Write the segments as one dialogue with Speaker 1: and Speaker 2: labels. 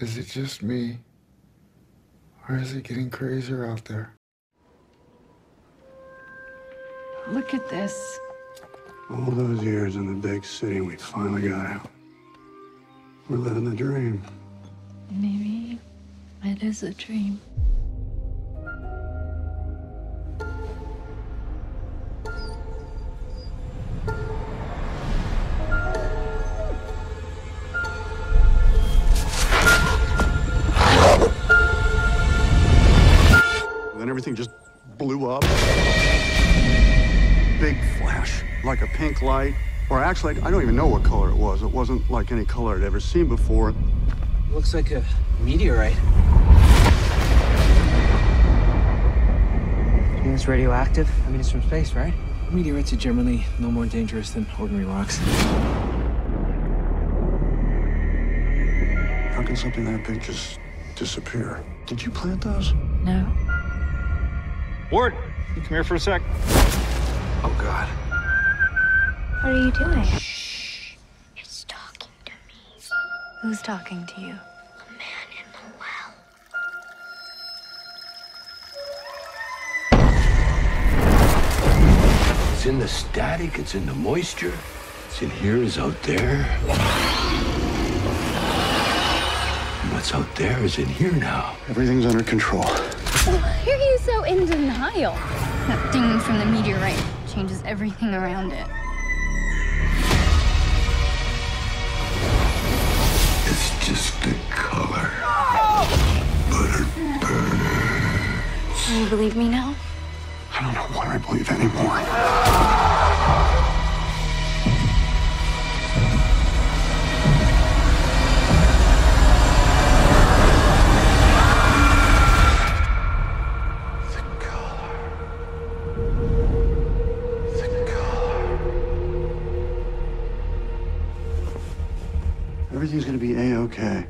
Speaker 1: it just me? Or is it getting crazier out there?
Speaker 2: Look at this.
Speaker 3: All those years in the big city, we finally got out. We're living the dream.
Speaker 2: Maybe it is a dream.
Speaker 3: Then everything just blew up. Big flash, like a pink light, or actually, I don't even know what color it was. It wasn't like any color I'd ever seen before.
Speaker 4: Looks like a meteorite.
Speaker 5: And it's radioactive? I mean, it's from space, right?
Speaker 4: Meteorites are generally no more dangerous than ordinary rocks.
Speaker 3: How can something that big just disappear? Did you plant those?
Speaker 2: No.
Speaker 6: Ward, you come here for a sec.
Speaker 3: Oh, God.
Speaker 7: What are you doing? Shh. It's talking to me.
Speaker 2: Who's talking to you?
Speaker 7: A man in the well.
Speaker 8: It's in the static, it's in the moisture. It's in here, is out there. And what's out there is in here now.
Speaker 3: Everything's under control.
Speaker 7: Why are you so in denial? That thing from the meteorite changes everything around it.
Speaker 8: It's just a color. But it
Speaker 7: Can you believe me now?
Speaker 3: I don't know what I believe anymore. Everything's gonna be a-okay.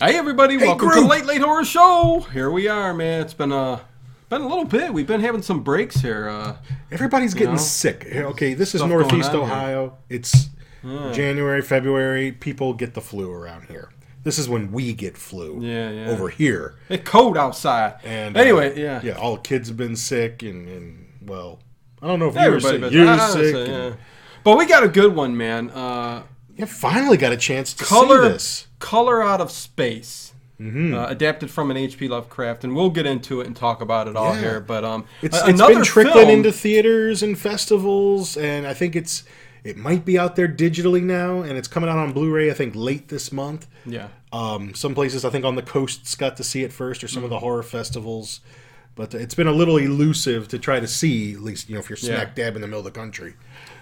Speaker 9: Hey everybody, welcome to the Late Late Horror Show. Here we are, man. It's been uh been a little bit. We've been having some breaks here. Uh
Speaker 10: Everybody's getting
Speaker 9: know?
Speaker 10: sick. Okay, this is
Speaker 9: Stuff going
Speaker 10: Northeast
Speaker 9: on here.
Speaker 10: Ohio. It's January, February. People get the flu around here. This is when we get flu
Speaker 9: Yeah, yeah.
Speaker 10: over here.
Speaker 9: it's cold outside.
Speaker 10: And uh,
Speaker 9: anyway, yeah.
Speaker 10: yeah, all the kids have been sick, and, and well, I don't know if
Speaker 9: Everybody
Speaker 10: you were
Speaker 9: been-
Speaker 10: sick. You were
Speaker 9: I- I would
Speaker 10: sick.
Speaker 9: say,
Speaker 10: and-
Speaker 9: yeah. But we got a good one, man. Uh
Speaker 10: yeah, finally got a chance to see
Speaker 9: color
Speaker 10: this. Mm-hmm.
Speaker 9: color out of space uh, adapted from an hp lovecraft and we'll get into it and talk about it all
Speaker 10: Yeah.
Speaker 9: here but um
Speaker 10: It's,
Speaker 9: a-
Speaker 10: it's
Speaker 9: another
Speaker 10: been trickling
Speaker 9: film-
Speaker 10: into theaters and festivals, and I think it's it might be out there digitally now, and it's coming out on Blu-ray. I think late this month.
Speaker 9: yeah
Speaker 10: Um, some places, I think on the coasts, got to see it first, or some
Speaker 9: Mm.
Speaker 10: of the horror festivals. But it's been a little elusive to try to see, at least you know, if you're
Speaker 9: Yeah.
Speaker 10: smack dab in the middle of the country.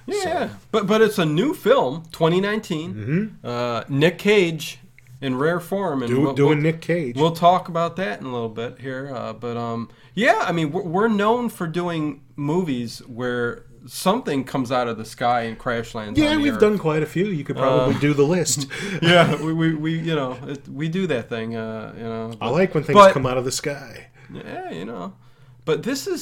Speaker 9: yeah but but it's a new film 2019 uh nick cage in rare form and
Speaker 10: Mm-hmm. Do,
Speaker 9: we'll-
Speaker 10: doing
Speaker 9: we'll-
Speaker 10: Nick Cage.
Speaker 9: We'll talk about that in a little bit here, uh, but um, yeah, I mean, we're, we're known for doing movies where something comes out of the sky and crash lands.
Speaker 10: yeah,
Speaker 9: on the
Speaker 10: we've
Speaker 9: earth.
Speaker 10: done quite a few. You could
Speaker 9: Uh.
Speaker 10: probably do the list.
Speaker 9: Yeah, we, we, we you know it, we do that thing. Uh, you know,
Speaker 10: I like when things
Speaker 9: But-
Speaker 10: come out of the sky.
Speaker 9: Yeah, you know. But this is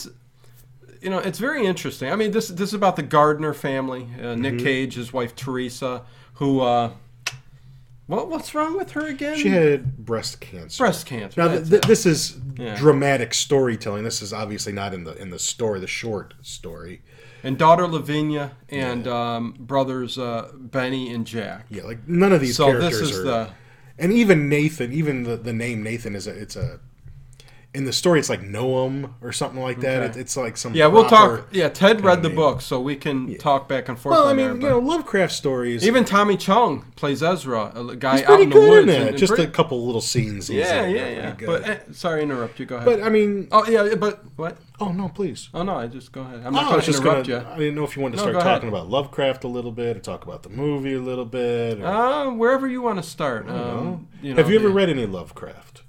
Speaker 9: you know, it's very interesting. I mean, this this is about the Gardner family, uh, Nick
Speaker 10: Mm-hmm.
Speaker 9: Cage, his wife Teresa, who uh what what's wrong with her again?
Speaker 10: She had breast cancer.
Speaker 9: breast cancer.
Speaker 10: Now,
Speaker 9: that's
Speaker 10: th- th-
Speaker 9: it.
Speaker 10: this is
Speaker 9: Yeah.
Speaker 10: dramatic storytelling. This is obviously not in the in the story, the short story.
Speaker 9: and daughter Lavinia and um, brothers uh, Benny and Jack.
Speaker 10: Yeah, like none of these
Speaker 9: so
Speaker 10: characters
Speaker 9: this is
Speaker 10: are.
Speaker 9: the
Speaker 10: and even Nathan, even the, the name Nathan is a, it's a in the story it's like Noam or something like that.
Speaker 9: Okay.
Speaker 10: It, it's like some
Speaker 9: Yeah, we'll
Speaker 10: proper-
Speaker 9: talk. Yeah, Ted read the
Speaker 10: name.
Speaker 9: book, so we can talk back and forth
Speaker 10: Well, I
Speaker 9: on
Speaker 10: mean,
Speaker 9: there.
Speaker 10: you
Speaker 9: but-
Speaker 10: know, Lovecraft stories.
Speaker 9: even Tommy Chung plays Ezra, a guy
Speaker 10: he's
Speaker 9: out
Speaker 10: pretty
Speaker 9: in the
Speaker 10: good in
Speaker 9: woods.
Speaker 10: that.
Speaker 9: and- and
Speaker 10: Just
Speaker 9: pretty-
Speaker 10: a couple little scenes. he's
Speaker 9: Yeah,
Speaker 10: in
Speaker 9: yeah,
Speaker 10: are
Speaker 9: yeah.
Speaker 10: pretty
Speaker 9: But
Speaker 10: good.
Speaker 9: eh, sorry, to interrupt you. Go ahead.
Speaker 10: But, I mean, oh,
Speaker 9: oh yeah, yeah, but what?
Speaker 10: no, please.
Speaker 9: Oh no, I just go ahead. I'm
Speaker 10: Oh,
Speaker 9: not
Speaker 10: I
Speaker 9: going
Speaker 10: was
Speaker 9: to
Speaker 10: just gonna.
Speaker 9: interrupt
Speaker 10: I didn't know if you wanted to
Speaker 9: No,
Speaker 10: start
Speaker 9: go ahead.
Speaker 10: talking about Lovecraft a little bit, or talk about the movie a little bit.
Speaker 9: you.
Speaker 10: or-
Speaker 9: Uh, wherever you want to start. Um, you know,
Speaker 10: Have you ever
Speaker 9: the-
Speaker 10: read any Lovecraft?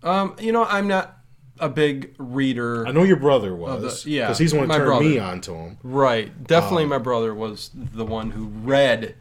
Speaker 9: Um, you know, I'm not a big reader.
Speaker 10: I know your brother was.
Speaker 9: Oh, yeah,
Speaker 10: because he's the one
Speaker 9: my
Speaker 10: to turn me
Speaker 9: brother.
Speaker 10: on to him.
Speaker 9: Right. Definitely,
Speaker 10: Um,
Speaker 9: my brother was the one who read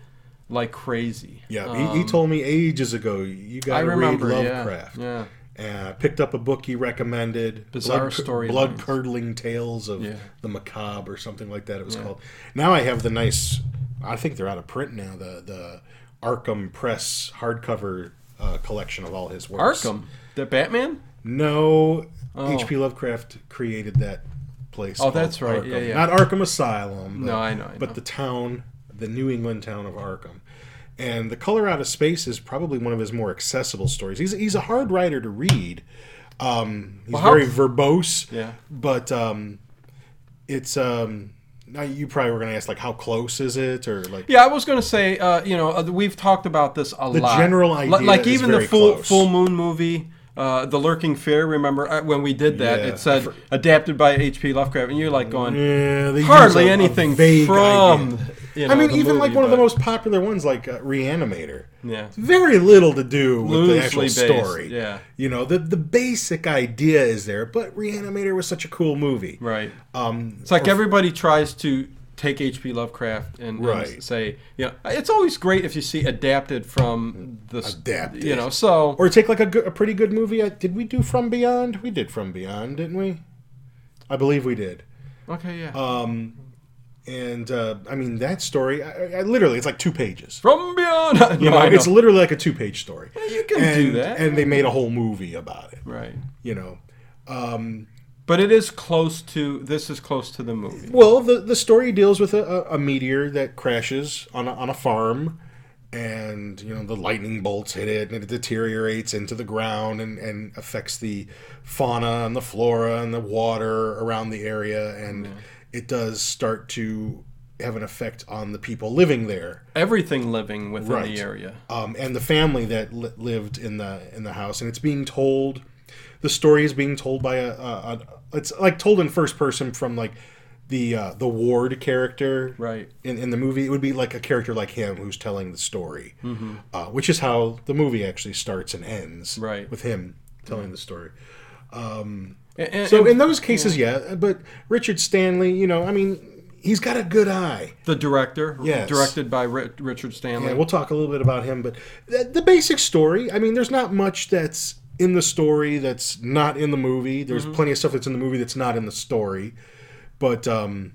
Speaker 9: like crazy.
Speaker 10: Yeah,
Speaker 9: Um,
Speaker 10: he, he told me ages ago. You got
Speaker 9: I
Speaker 10: to
Speaker 9: remember.
Speaker 10: read
Speaker 9: yeah,
Speaker 10: Lovecraft.
Speaker 9: Yeah.
Speaker 10: And I picked up a book he recommended,
Speaker 9: Bizarre
Speaker 10: blood, cur-
Speaker 9: Storylines.
Speaker 10: blood-curdling tales of
Speaker 9: Yeah.
Speaker 10: the macabre or something like that. It was
Speaker 9: Yeah.
Speaker 10: called. Now I have the nice I think they're out of print now. The the Arkham Press hardcover uh, collection of all his works.
Speaker 9: Arkham, the Batman.
Speaker 10: No, H.P. Lovecraft created that place.
Speaker 9: Oh,
Speaker 10: called
Speaker 9: that's right.
Speaker 10: Arkham.
Speaker 9: Yeah, yeah.
Speaker 10: Not Arkham Asylum.
Speaker 9: No, I know, I
Speaker 10: but
Speaker 9: know.
Speaker 10: the town, the New England town of Arkham. And The Color Out of Space is probably one of his more accessible stories. He's, he's a hard writer to read. Um, he's
Speaker 9: Well, how-
Speaker 10: very verbose.
Speaker 9: Yeah.
Speaker 10: But um, it's. Um, now you probably were going to ask like how close is it or like
Speaker 9: Yeah, I was going to say, uh, you know, uh, we've talked about this a
Speaker 10: The
Speaker 9: lot.
Speaker 10: general
Speaker 9: Li-
Speaker 10: idea
Speaker 9: like
Speaker 10: is
Speaker 9: even
Speaker 10: very
Speaker 9: the full
Speaker 10: close.
Speaker 9: full moon movie, uh, the lurking fear. Remember uh, when we did that?
Speaker 10: Yeah.
Speaker 9: It said
Speaker 10: For-
Speaker 9: adapted by H.P. Lovecraft, and you're like going
Speaker 10: Yeah, they
Speaker 9: hardly
Speaker 10: use a- a
Speaker 9: anything
Speaker 10: vague
Speaker 9: from.
Speaker 10: idea.
Speaker 9: You
Speaker 10: I
Speaker 9: know,
Speaker 10: mean,
Speaker 9: the
Speaker 10: even like
Speaker 9: movie,
Speaker 10: one of the
Speaker 9: but-
Speaker 10: most popular ones, like uh, Reanimator.
Speaker 9: Yeah.
Speaker 10: Very little to do with the actual
Speaker 9: Loosely based,
Speaker 10: story.
Speaker 9: yeah.
Speaker 10: You know, the the basic idea is there, but Reanimator was such a cool movie.
Speaker 9: Right.
Speaker 10: Um,
Speaker 9: It's like everybody tries to take H.P. Lovecraft and, and
Speaker 10: Right.
Speaker 9: say, you know, it's always great if you see adapted from the s-
Speaker 10: Adapted.
Speaker 9: You know, so
Speaker 10: Or take like a, good, a pretty good movie. Uh, Did we do From Beyond? We did From Beyond, didn't we? I believe we did. Um,
Speaker 9: okay, yeah.
Speaker 10: Uh, And uh, I mean, that story, I, I- I literally, it's like two pages.
Speaker 9: from beyond, No,
Speaker 10: You know,
Speaker 9: I
Speaker 10: it's
Speaker 9: know.
Speaker 10: literally like a two page story.
Speaker 9: you can
Speaker 10: and,
Speaker 9: do that.
Speaker 10: And they made a whole movie about it.
Speaker 9: right.
Speaker 10: You know, Um,
Speaker 9: But it is close to this is close to the movie.
Speaker 10: Well, the, the story deals with a, a, a meteor that crashes on a, on a farm, and you know the lightning bolts hit it, and it deteriorates into the ground and, and affects the fauna and the flora and the water around the area, and it does start to have an effect on the people living there
Speaker 9: Everything living within
Speaker 10: Right.
Speaker 9: the area.
Speaker 10: um, and the family that li- lived in the in the house, and it's being told. The story is being told by a, a, a it's like told in first person from like the uh, the Ward character,
Speaker 9: Right.
Speaker 10: In, in the movie, it would be like a character like him who's telling the story,
Speaker 9: Mm-hmm.
Speaker 10: uh, which is how the movie actually starts and ends,
Speaker 9: Right.
Speaker 10: With him telling the story. Um,
Speaker 9: And, and-
Speaker 10: So
Speaker 9: and
Speaker 10: in those cases, yeah. But Richard Stanley, you know, I mean, he's got a good eye.
Speaker 9: the director,
Speaker 10: Yes.
Speaker 9: directed by Ri- Richard Stanley.
Speaker 10: Yeah, we'll talk a little bit about him, but the, the basic story. I mean, there's not much that's in the story that's not in the movie. There's
Speaker 9: Mm-hmm.
Speaker 10: plenty of stuff that's in the movie that's not in the story, but um,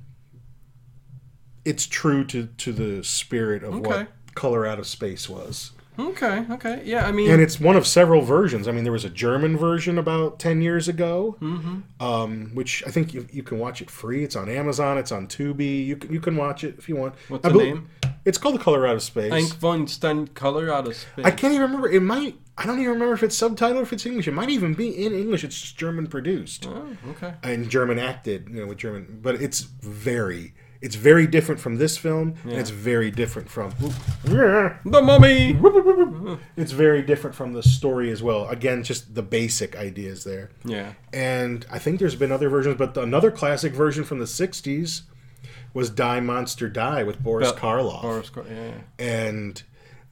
Speaker 10: it's true to to the spirit of
Speaker 9: Okay.
Speaker 10: what Color Out of Space was.
Speaker 9: okay, okay, yeah. I mean,
Speaker 10: And it's one of several versions. I mean, there was a German version about ten years ago,
Speaker 9: Mm-hmm.
Speaker 10: um, which I think you, you can watch it free. It's on Amazon. It's on Tubi. You can, you can watch it if you want.
Speaker 9: What's
Speaker 10: I
Speaker 9: the
Speaker 10: bel-
Speaker 9: name?
Speaker 10: It's called The Color Out of Space.
Speaker 9: Hank von Stein, color out of space.
Speaker 10: I can't even remember. It might. I don't even remember if it's subtitled or if it's English. It might even be in English. It's just German produced
Speaker 9: Oh, okay.
Speaker 10: and German acted. You know, with German, but it's very. It's very different from this film, and it's very different from.
Speaker 9: The mummy.
Speaker 10: It's very different from the story as well. Again, just the basic ideas there.
Speaker 9: Yeah.
Speaker 10: And I think there's been other versions, but another classic version from the '60s was "Die Monster Die" with Boris
Speaker 9: But-
Speaker 10: Karloff,
Speaker 9: Boris Karloff, yeah.
Speaker 10: and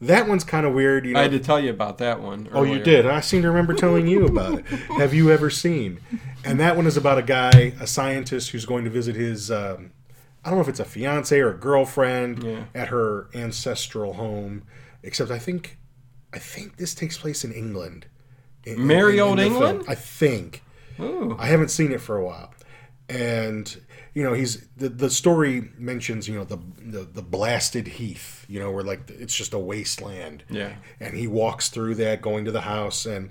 Speaker 10: that one's kind of weird. You know,
Speaker 9: I had to tell you about that one.
Speaker 10: Oh, you did. I seem to remember telling you about it. Have you ever seen? And that one is about a guy, a scientist, who's going to visit his. Um, I don't know if it's a fiance or a girlfriend
Speaker 9: Yeah.
Speaker 10: at her ancestral home. Except I think, I think this takes place in England. In- in-
Speaker 9: Merry
Speaker 10: in
Speaker 9: old
Speaker 10: the
Speaker 9: England?
Speaker 10: film. I think.
Speaker 9: Ooh.
Speaker 10: I haven't seen it for a while, and you know he's the the story mentions you know the the, the blasted heath, you know where like it's just a wasteland.
Speaker 9: Yeah.
Speaker 10: and he walks through that going to the house and.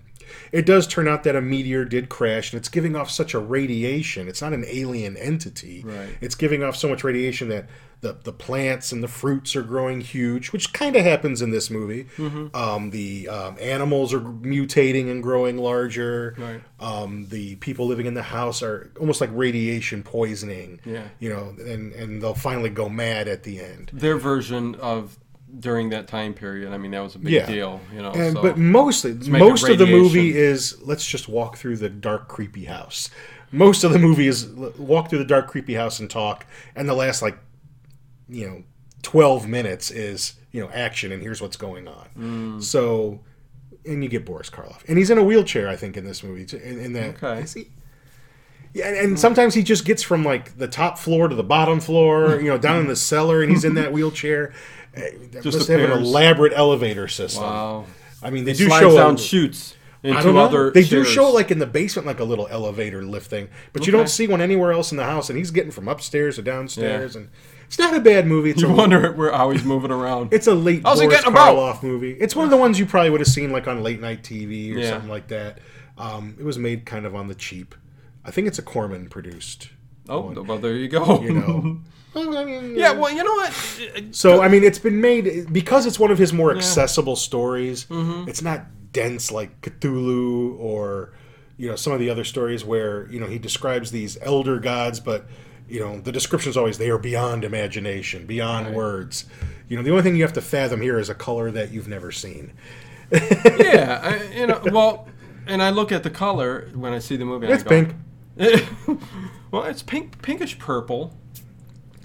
Speaker 10: It does turn out that a meteor did crash, and it's giving off such a radiation. It's not an alien entity.
Speaker 9: Right.
Speaker 10: It's giving off so much radiation that the, the plants and the fruits are growing huge, which kind of happens in this movie.
Speaker 9: Mm-hmm.
Speaker 10: Um, the um, animals are mutating and growing larger
Speaker 9: Right.
Speaker 10: um, the people living in the house are almost like radiation poisoning.
Speaker 9: Yeah.
Speaker 10: You know, and and they'll finally go mad at the end.
Speaker 9: Their version of during that time period. I mean, that was a big
Speaker 10: Yeah.
Speaker 9: deal. You know.
Speaker 10: And
Speaker 9: so.
Speaker 10: but mostly,
Speaker 9: make it
Speaker 10: most of the movie
Speaker 9: radiation.
Speaker 10: is let's just walk through the dark, creepy house. Most of the movie is l- walk through the dark, creepy house and talk, and the last like, you know, twelve minutes is you know action and here's what's going on.
Speaker 9: Mm.
Speaker 10: So. And you get Boris Karloff, and he's in a wheelchair, I think, in this movie. Too, in, in that,
Speaker 9: Okay.
Speaker 10: is he? Yeah, and, and sometimes he just gets from like the top floor to the bottom floor, you know, down in the cellar, and he's in that wheelchair. Just must have an
Speaker 9: appears.
Speaker 10: elaborate elevator system.
Speaker 9: wow.
Speaker 10: I mean, they do
Speaker 9: Slides
Speaker 10: show
Speaker 9: down
Speaker 10: a,
Speaker 9: shoots
Speaker 10: I
Speaker 9: into
Speaker 10: don't know.
Speaker 9: other.
Speaker 10: they
Speaker 9: chairs.
Speaker 10: do show like in the basement, like a little elevator lift thing, but you
Speaker 9: Okay.
Speaker 10: don't see one anywhere else in the house. And he's getting from upstairs or downstairs, and It's not a bad movie. It's
Speaker 9: You
Speaker 10: a
Speaker 9: wonder where how he's moving around.
Speaker 10: It's a late
Speaker 9: How's he
Speaker 10: Boris
Speaker 9: getting about?
Speaker 10: Karloff movie. It's one of the ones you probably would have seen like on late night TV or
Speaker 9: Yeah.
Speaker 10: something like that. Um, it was made kind of on the cheap. I think it's a Corman produced.
Speaker 9: oh, well, there you go.
Speaker 10: You know. Well, I mean,
Speaker 9: yeah, well, you know what?
Speaker 10: so I mean, it's been made because it's one of his more accessible stories.
Speaker 9: Mm-hmm.
Speaker 10: It's not dense like Cthulhu or you know some of the other stories where you know he describes these elder gods, but you know the description's always they are beyond imagination, beyond words. You know, the only thing you have to fathom here is a color that you've never seen.
Speaker 9: Yeah, I, you know, well, and I look at the color when I see the movie. and
Speaker 10: It's
Speaker 9: I go,
Speaker 10: pink.
Speaker 9: well, it's pink, pinkish purple.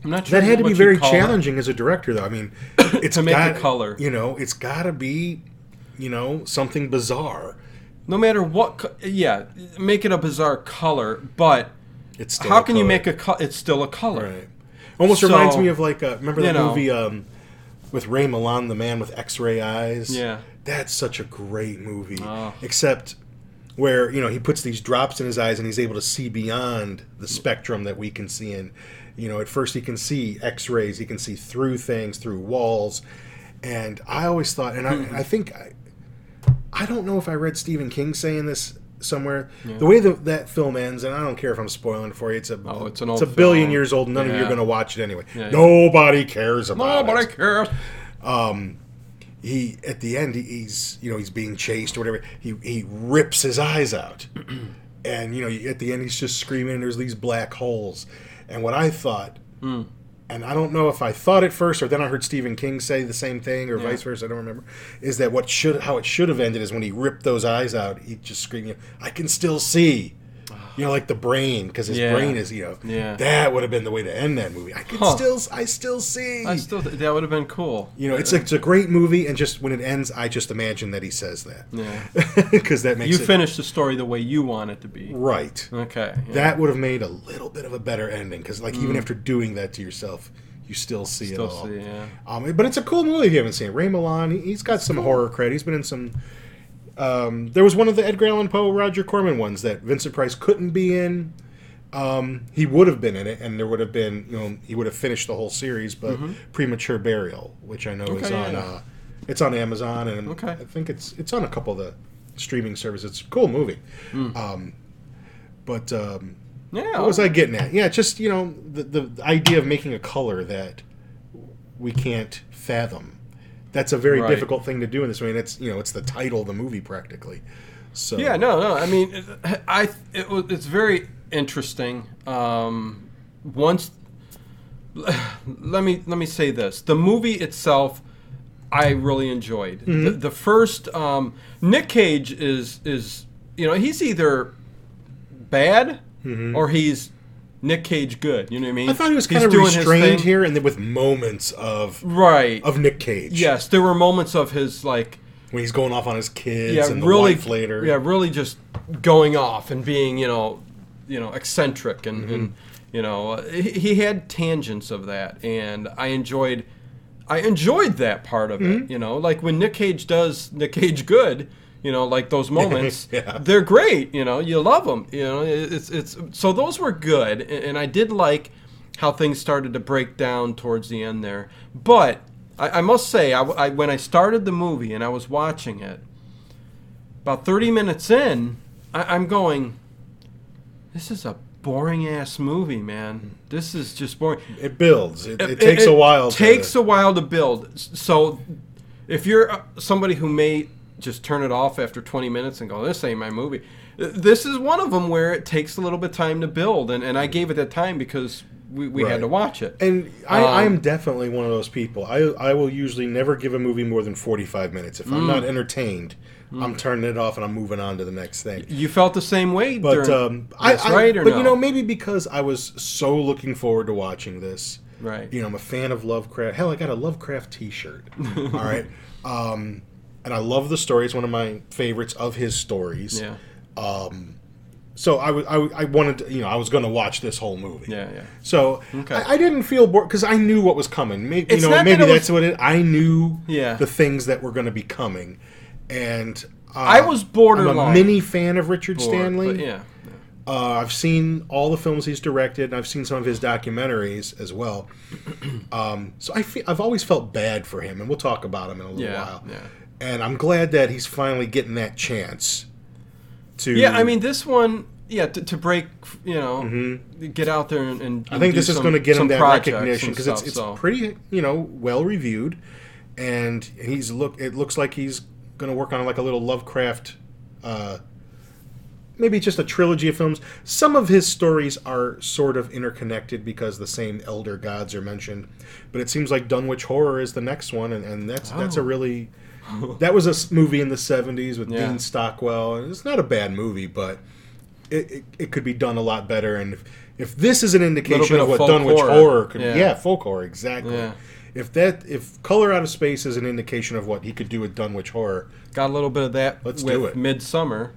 Speaker 9: I'm not sure
Speaker 10: That had to
Speaker 9: what
Speaker 10: be
Speaker 9: you
Speaker 10: very
Speaker 9: call it.
Speaker 10: challenging as a director, though. I mean, it's
Speaker 9: To make the
Speaker 10: got-
Speaker 9: color.
Speaker 10: You know, it's got to be, you know, something bizarre.
Speaker 9: No matter what, co- yeah, make it a bizarre color, but
Speaker 10: It's still
Speaker 9: how
Speaker 10: a
Speaker 9: can you
Speaker 10: color.
Speaker 9: make a color? It's still a color.
Speaker 10: Right. Almost
Speaker 9: So,
Speaker 10: reminds me of like uh, remember
Speaker 9: you
Speaker 10: that
Speaker 9: know.
Speaker 10: movie um, with Ray Milan, the man with X-ray eyes.
Speaker 9: Yeah.
Speaker 10: that's such a great movie.
Speaker 9: Oh.
Speaker 10: Except where you know he puts these drops in his eyes and he's able to see beyond the spectrum that we can see in. You know, at first he can see X-rays, he can see through things, through walls, and I always thought, and
Speaker 9: Hmm.
Speaker 10: I, I think I, I don't know if I read Stephen King saying this somewhere. The way that that film ends, and I don't care if I'm spoiling it for you. It's a
Speaker 9: Oh, it's an
Speaker 10: a
Speaker 9: old
Speaker 10: billion
Speaker 9: film.
Speaker 10: years old. None of you are
Speaker 9: Yeah.
Speaker 10: going to watch it anyway.
Speaker 9: Yeah, yeah.
Speaker 10: Nobody cares about
Speaker 9: Nobody
Speaker 10: it.
Speaker 9: cares.
Speaker 10: He at the end, he- he's you know he's being chased or whatever. He he rips his eyes out, and you know at the end he's just screaming. And there's these black holes, and what I thought.
Speaker 9: Hmm.
Speaker 10: And I don't know if I thought it first, or then I heard Stephen King say the same thing, or vice versa. I don't remember. Is that what should how it should have ended? Is when he ripped those eyes out, he just screamed, "I can still see," you know, like the brain, because his
Speaker 9: Yeah.
Speaker 10: brain is you know.
Speaker 9: Yeah.
Speaker 10: That would have been the way to end that movie. I can
Speaker 9: Huh.
Speaker 10: still, I still see.
Speaker 9: I still th- that would have been cool.
Speaker 10: You know, it's a, it's a great movie, and just when it ends, I just imagine that he says that.
Speaker 9: Yeah.
Speaker 10: Because that makes
Speaker 9: You
Speaker 10: it
Speaker 9: finish the story the way you want it to be.
Speaker 10: right.
Speaker 9: Okay. yeah.
Speaker 10: That would have made a little bit of a better ending. Because like even after doing that to yourself, you still see
Speaker 9: Mm. Still
Speaker 10: it all.
Speaker 9: see, yeah.
Speaker 10: Um, but it's a cool movie if you haven't seen it. Ray Milan, he- he's got some horror cred. He's been in some. Um, there was one of the Edgar Allan Poe, Roger Corman ones that Vincent Price couldn't be in. Um, he would have been in it, and there would have been, you know, he would have finished the whole series. But Premature Burial, which I know is
Speaker 9: Mm-hmm. Okay, yeah,
Speaker 10: on,
Speaker 9: yeah.
Speaker 10: Uh, it's on Amazon, and
Speaker 9: Okay.
Speaker 10: I think it's it's on a couple of the streaming services. It's a cool movie. Um, but um,
Speaker 9: Hmm. Yeah.
Speaker 10: what was I getting at? Yeah, just you know the the idea of making a color that we can't fathom. That's a very
Speaker 9: Right.
Speaker 10: difficult thing to do in this way, and it's you know it's the title of the movie practically. So
Speaker 9: Yeah, no, no. I mean, it- I it, was it's very interesting. Um, once, let me let me say this: the movie itself, I really enjoyed.
Speaker 10: Mm-hmm.
Speaker 9: The, the first um, Nick Cage is is you know he's either bad or he's Nick Cage good. You know what I mean?
Speaker 10: Mm-hmm. I thought he was
Speaker 9: He's
Speaker 10: kind of
Speaker 9: doing his
Speaker 10: restrained
Speaker 9: thing.
Speaker 10: here, and then with moments of
Speaker 9: right?
Speaker 10: of Nick Cage.
Speaker 9: yes, there were moments of his like
Speaker 10: when he's going off on his kids
Speaker 9: yeah,
Speaker 10: and the
Speaker 9: really,
Speaker 10: wife later.
Speaker 9: Yeah, really just going off and being, you know, you know, eccentric and,
Speaker 10: Mm-hmm.
Speaker 9: and you know, uh, he, he had tangents of that, and I enjoyed, I enjoyed that part of
Speaker 10: Mm-hmm.
Speaker 9: it. You know, like when Nick Cage does Nick Cage good. You know, like those moments,
Speaker 10: Yeah.
Speaker 9: they're great. You know, you love them. You know, it- it's it's so those were good, and and I did like how things started to break down towards the end there. But I, I must say, I, I when I started the movie and I was watching it, about 30 minutes in, I, I'm going, this is a boring ass movie, man. This is just boring.
Speaker 10: it builds. It, it, takes a while. to-
Speaker 9: Takes a while to build. S- So, if you're uh, somebody who may just turn it off after 20 minutes and go, "This ain't my movie," th- this is one of them where it takes a little bit time to build, and, and I gave it that time because we, we
Speaker 10: Right.
Speaker 9: had to watch it.
Speaker 10: And I, I
Speaker 9: Um,
Speaker 10: am definitely one of those people. I I will usually never give a movie more than forty five minutes. If I'm not
Speaker 9: Mm.
Speaker 10: entertained, I'm turning it off and I'm moving on to the next thing.
Speaker 9: you felt the same way,
Speaker 10: But
Speaker 9: during,
Speaker 10: um, I,
Speaker 9: that's
Speaker 10: I
Speaker 9: right, or
Speaker 10: but
Speaker 9: no?
Speaker 10: you know maybe because I was so looking forward to watching this.
Speaker 9: Right.
Speaker 10: You know I'm a fan of Lovecraft. Hell, I got a Lovecraft T-shirt. All right. Um, and I love the story. It's one of my favorites of his stories.
Speaker 9: yeah,
Speaker 10: So I was I, w- I wanted to, you know I was going to watch this whole movie.
Speaker 9: yeah, yeah.
Speaker 10: So
Speaker 9: Okay.
Speaker 10: I, I didn't feel bored because I knew what was coming. Maybe, you
Speaker 9: It's
Speaker 10: know,
Speaker 9: not that
Speaker 10: maybe
Speaker 9: it was-
Speaker 10: that's what it. I knew
Speaker 9: Yeah.
Speaker 10: the things that were going to be coming, and uh,
Speaker 9: I was
Speaker 10: I'm a
Speaker 9: borderline
Speaker 10: mini fan of Richard
Speaker 9: bored,
Speaker 10: Stanley,
Speaker 9: but yeah.
Speaker 10: Uh, I've seen all the films he's directed, and I've seen some of his documentaries as well. Um, so I fe- I've always felt bad for him, and we'll talk about him in a little
Speaker 9: Yeah,
Speaker 10: while.
Speaker 9: yeah.
Speaker 10: And I'm glad that he's finally getting that chance to.
Speaker 9: Yeah, I mean this one, yeah, to, to break, you know, get out there and, and
Speaker 10: Mm-hmm. I think this is going to get him that recognition
Speaker 9: because
Speaker 10: because it's it's pretty you know well reviewed, and he's look it looks like he's going to work on like a little Lovecraft, uh, maybe just a trilogy of films. Some of his stories are sort of interconnected because the same elder gods are mentioned, but it seems like Dunwich Horror is the next one, and, and that's that's a really that was a s- movie in the '70s with
Speaker 9: Yeah.
Speaker 10: Dean Stockwell, and it's not a bad movie, but it, it, it could be done a lot better. And if, if this is an indication
Speaker 9: bit
Speaker 10: of
Speaker 9: of
Speaker 10: what
Speaker 9: folk
Speaker 10: Dunwich
Speaker 9: horror.
Speaker 10: horror, could
Speaker 9: Yeah.
Speaker 10: yeah. folk horror exactly.
Speaker 9: Yeah.
Speaker 10: If that if Color Out of Space is an indication of what he could do with Dunwich horror,
Speaker 9: got a little bit of that
Speaker 10: Let's
Speaker 9: with
Speaker 10: do it.
Speaker 9: Midsummer.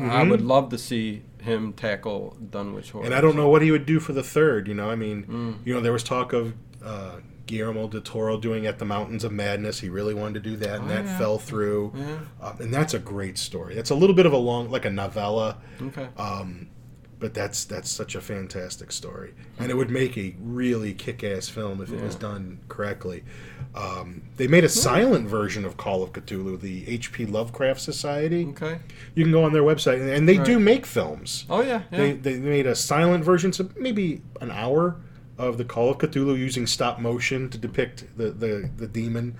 Speaker 9: I would love to see him tackle Dunwich Horror.
Speaker 10: mm-hmm. and I don't know what he would do for the third. You know, I mean,
Speaker 9: Mm.
Speaker 10: you know, there was talk of uh, Guillermo del Toro doing At the Mountains of Madness. He really wanted to do that, and
Speaker 9: Oh,
Speaker 10: that fell through. Um, and that's a great story. That's a little bit of a long, like a novella.
Speaker 9: Okay.
Speaker 10: uh, but that's that's such a fantastic story, and it would make a really kick-ass film if it was done correctly. Um, they made a silent version of Call of Cthulhu, the H.P. Lovecraft Society.
Speaker 9: okay.
Speaker 10: You can go on their website, and, and they do make films.
Speaker 9: Oh yeah. yeah.
Speaker 10: They, they made a silent version, so maybe an hour of the Call of Cthulhu using stop motion to depict the the, the demon.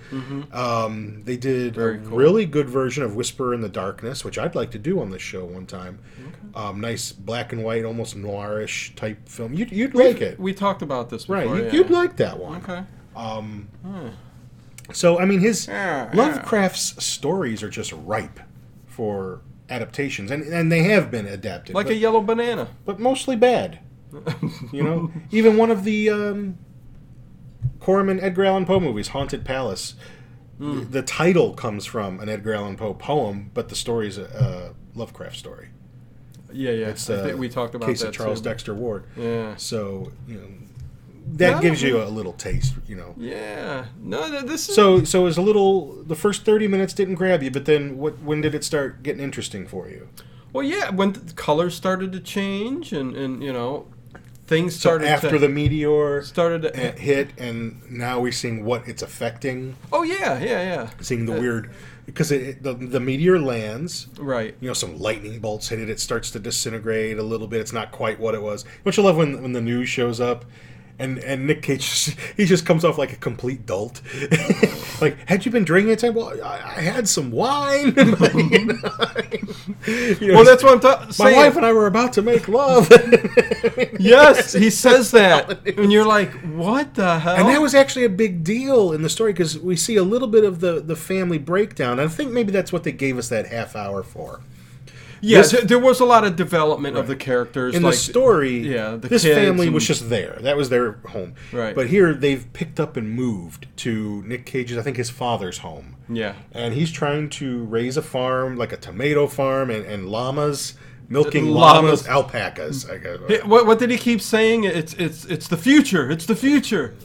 Speaker 10: Um, they did
Speaker 9: Mm-hmm. Very
Speaker 10: a
Speaker 9: cool.
Speaker 10: really good version of Whisper in the Darkness, which I'd like to do on this show one time. Um, nice black and white, almost noirish type film. You'd, you'd like it,
Speaker 9: we talked about this. Before,
Speaker 10: right? you,
Speaker 9: yeah.
Speaker 10: You'd like that one. Um,
Speaker 9: Okay. Hmm.
Speaker 10: So I mean, his
Speaker 9: Yeah, yeah.
Speaker 10: Lovecraft's stories are just ripe for adaptations, and and they have been adapted,
Speaker 9: Like
Speaker 10: but-
Speaker 9: a yellow banana.
Speaker 10: but mostly bad. you know, even one of the um, Corman Edgar Allan Poe movies, Haunted Palace.
Speaker 9: Hmm.
Speaker 10: th- The title comes from an Edgar Allan Poe poem, but the story is a, a Lovecraft story.
Speaker 9: Yeah, yeah.
Speaker 10: It's
Speaker 9: I
Speaker 10: a
Speaker 9: think we talked about
Speaker 10: case
Speaker 9: that
Speaker 10: of Charles
Speaker 9: too.
Speaker 10: Dexter Ward.
Speaker 9: Yeah.
Speaker 10: So you know that
Speaker 9: Yeah.
Speaker 10: gives you a little taste. You
Speaker 9: Mm-hmm.
Speaker 10: know.
Speaker 9: Yeah. No, th- this is
Speaker 10: So so it was a little. The first thirty minutes didn't grab you, but then what? When did it start getting interesting for you?
Speaker 9: Well, yeah, when the colors started to change and and you know, things
Speaker 10: So
Speaker 9: started
Speaker 10: after
Speaker 9: to,
Speaker 10: the meteor
Speaker 9: started
Speaker 10: uh,
Speaker 9: to,
Speaker 10: hit, and now we're seeing what it's affecting.
Speaker 9: Oh yeah, yeah, yeah.
Speaker 10: seeing the weird because it, it- the, the meteor lands
Speaker 9: Right.
Speaker 10: you know some lightning bolts hit it it starts to disintegrate a little bit it's not quite what it was which i love when when the news shows up and and nick cage just, he just comes off like a complete dolt like had you been drinking at the time well i, I had some wine You know,
Speaker 9: Well, that's what I'm ta-
Speaker 10: my
Speaker 9: saying.
Speaker 10: wife and i were about to make love
Speaker 9: yes, he says that, and you're like, what the hell?
Speaker 10: And that was actually a big deal in the story because we see a little bit of the, the family breakdown. And I think maybe that's what they gave us that half hour for.
Speaker 9: yeah.
Speaker 10: this-
Speaker 9: there, there was a lot of development of the characters.
Speaker 10: in
Speaker 9: like,
Speaker 10: the story,
Speaker 9: yeah, the
Speaker 10: this
Speaker 9: kids
Speaker 10: family
Speaker 9: and-
Speaker 10: was just there. That was their home.
Speaker 9: Right.
Speaker 10: But here they've picked up and moved to Nick Cage's, I think his father's home.
Speaker 9: Yeah.
Speaker 10: And he's trying to raise a farm, like a tomato farm, and, and llamas, milking
Speaker 9: Llamas.
Speaker 10: llamas, alpacas. I guess.
Speaker 9: It- what, what did he keep saying? It's it's it's the future. It's the future.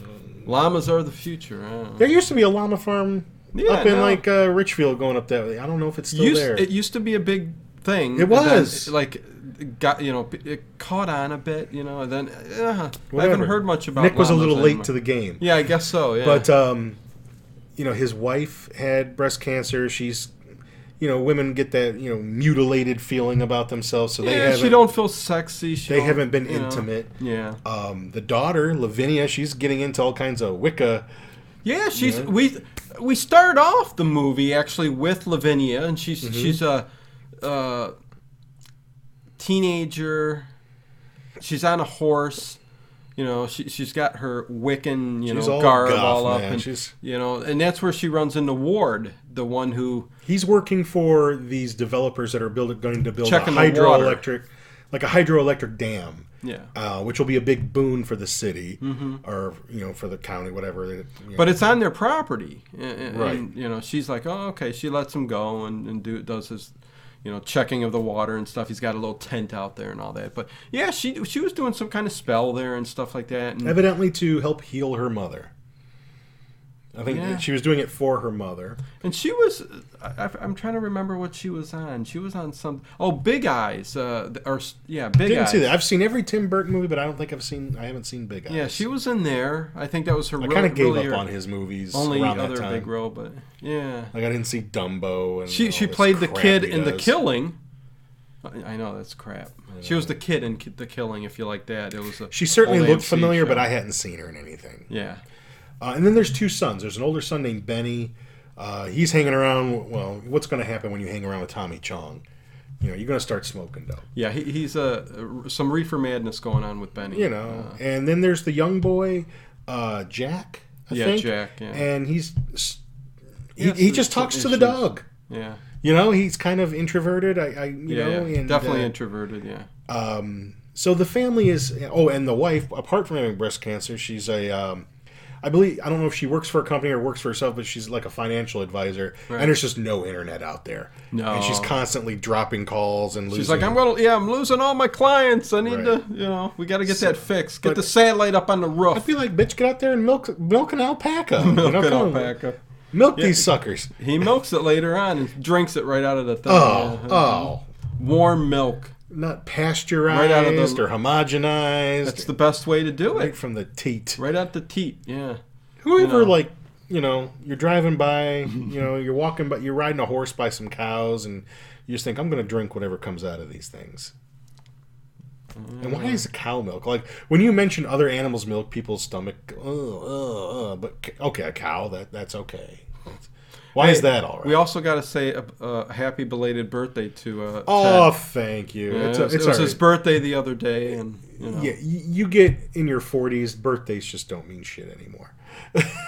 Speaker 9: Llamas are the future. I don't know.
Speaker 10: There used to be a llama farm
Speaker 9: Yeah,
Speaker 10: up in
Speaker 9: no.
Speaker 10: like uh, Richfield going up that way. I don't know if it's still
Speaker 9: used,
Speaker 10: there.
Speaker 9: It used to be a big thing.
Speaker 10: It
Speaker 9: and then
Speaker 10: was.
Speaker 9: it, like it got you know p- it caught on a bit. You know, and then uh, I
Speaker 10: Whatever.
Speaker 9: haven't heard much about.
Speaker 10: Nick was a
Speaker 9: llamas
Speaker 10: little late
Speaker 9: anymore.
Speaker 10: to the game.
Speaker 9: Yeah, I guess so. Yeah.
Speaker 10: But um, you know, his wife had breast cancer. She's, you know, women get that you know mutilated feeling about themselves, so they
Speaker 9: yeah,
Speaker 10: haven't.
Speaker 9: she don't feel sexy. She
Speaker 10: they
Speaker 9: don't,
Speaker 10: haven't been
Speaker 9: you know.
Speaker 10: intimate.
Speaker 9: Yeah.
Speaker 10: Um, the daughter Lavinia, she's getting into all kinds of Wicca.
Speaker 9: Yeah, she's we we start off the movie actually with Lavinia, and she's
Speaker 10: Mm-hmm.
Speaker 9: she's a, a teenager. She's on a horse. You know, she she's got her Wiccan you
Speaker 10: She's
Speaker 9: know
Speaker 10: all
Speaker 9: garb
Speaker 10: goth,
Speaker 9: all up,
Speaker 10: man.
Speaker 9: and
Speaker 10: She's-
Speaker 9: you know, and that's where she runs into Ward, the one who
Speaker 10: He's working for these developers that are building going to build
Speaker 9: Checking
Speaker 10: a
Speaker 9: the water.
Speaker 10: hydroelectric, like a hydroelectric dam.
Speaker 9: yeah. Mm-hmm.
Speaker 10: Uh, which will be a big boon for the city, or you know, for the county, whatever. that- you know.
Speaker 9: But it's on their property, and, and-
Speaker 10: Right.
Speaker 9: and, you know she's like, oh, okay. She lets him go and, and do does his, you know, checking of the water and stuff. He's got a little tent out there and all that. But yeah, she she was doing some kind of spell there and stuff like that. And
Speaker 10: evidently to help heal her mother. I think
Speaker 9: Yeah.
Speaker 10: she was doing it for her mother.
Speaker 9: And she was, I, I- I'm trying to remember what she was on. She was on some, oh, Big Eyes, uh, th- or s- yeah, Big
Speaker 10: Didn't
Speaker 9: Eyes.
Speaker 10: see that. I've seen every Tim Burton movie, but I don't think I've seen. I haven't seen Big Eyes.
Speaker 9: Yeah, she was in there. I think that was her.
Speaker 10: I
Speaker 9: real-
Speaker 10: kind of gave
Speaker 9: really
Speaker 10: up
Speaker 9: her
Speaker 10: on his movies
Speaker 9: Only
Speaker 10: around
Speaker 9: other
Speaker 10: that time.
Speaker 9: big role, but yeah,
Speaker 10: Like I didn't see Dumbo and
Speaker 9: she
Speaker 10: all
Speaker 9: she
Speaker 10: this
Speaker 9: played the
Speaker 10: Oh, crap
Speaker 9: kid
Speaker 10: he
Speaker 9: in The
Speaker 10: does.
Speaker 9: Killing. I I know that's crap. She was the kid in Ki- The Killing. If you like that, it was. A
Speaker 10: She certainly
Speaker 9: old
Speaker 10: looked
Speaker 9: AMC
Speaker 10: familiar, but
Speaker 9: show.
Speaker 10: I hadn't seen her in anything.
Speaker 9: Yeah,
Speaker 10: Uh, and then there's two sons. There's an older son named Benny. Uh, he's hanging around. Well, what's going to happen when you hang around with Tommy Chong? You know, you're going to start smoking dope.
Speaker 9: yeah. He, he's uh, some reefer madness going on with Benny.
Speaker 10: You know. and then there's the young boy, uh, Jack. I
Speaker 9: Yeah,
Speaker 10: think.
Speaker 9: Jack, yeah.
Speaker 10: And he's s- he,
Speaker 9: Yeah,
Speaker 10: he
Speaker 9: so
Speaker 10: just
Speaker 9: some
Speaker 10: talks to the
Speaker 9: issues.
Speaker 10: dog.
Speaker 9: yeah,
Speaker 10: You know, he's kind of introverted. I, I you
Speaker 9: yeah,
Speaker 10: know,
Speaker 9: yeah.
Speaker 10: and
Speaker 9: definitely
Speaker 10: uh,
Speaker 9: introverted. Yeah,
Speaker 10: So the family is. Oh, and the wife, apart from having breast cancer, she's a. Um, I believe I don't know if she works for a company or works for herself, but she's like a financial advisor,
Speaker 9: Right.
Speaker 10: and there's just no internet out there.
Speaker 9: No.
Speaker 10: and she's constantly dropping calls and losing.
Speaker 9: she's like, I'm gonna, yeah, I'm losing all my clients. I need
Speaker 10: Right.
Speaker 9: to, you know, we got to get that fixed. Get
Speaker 10: but-
Speaker 9: the satellite up on the roof.
Speaker 10: I feel like, bitch, get out there and milk milk an alpaca. Milk
Speaker 9: Look at alpaca.
Speaker 10: Milk these suckers.
Speaker 9: He milks it later on and drinks it right out of the thing.
Speaker 10: Oh,
Speaker 9: Yeah.
Speaker 10: oh,
Speaker 9: Warm milk.
Speaker 10: not pasteurized
Speaker 9: Right out of the-
Speaker 10: or homogenized.
Speaker 9: That's the best way to do
Speaker 10: right
Speaker 9: it.
Speaker 10: from the teat.
Speaker 9: Right out the teat. Yeah.
Speaker 10: whoever
Speaker 9: You know.
Speaker 10: like you know you're driving by you know you're walking by you're riding a horse by some cows and you just think i'm going to drink whatever comes out of these things and why is cow milk like when you mention other animals milk people's stomach ugh, ugh, ugh, but c- okay a cow that that's okay That's- why is that all right
Speaker 9: We also got to say a, a happy belated birthday to uh,
Speaker 10: oh
Speaker 9: Ted.
Speaker 10: thank you
Speaker 9: Yeah,
Speaker 10: it's,
Speaker 9: it
Speaker 10: a,
Speaker 9: was,
Speaker 10: it's
Speaker 9: it was
Speaker 10: all
Speaker 9: his
Speaker 10: right.
Speaker 9: birthday the other day, and you know
Speaker 10: yeah y- you get in your 40s birthdays just don't mean shit anymore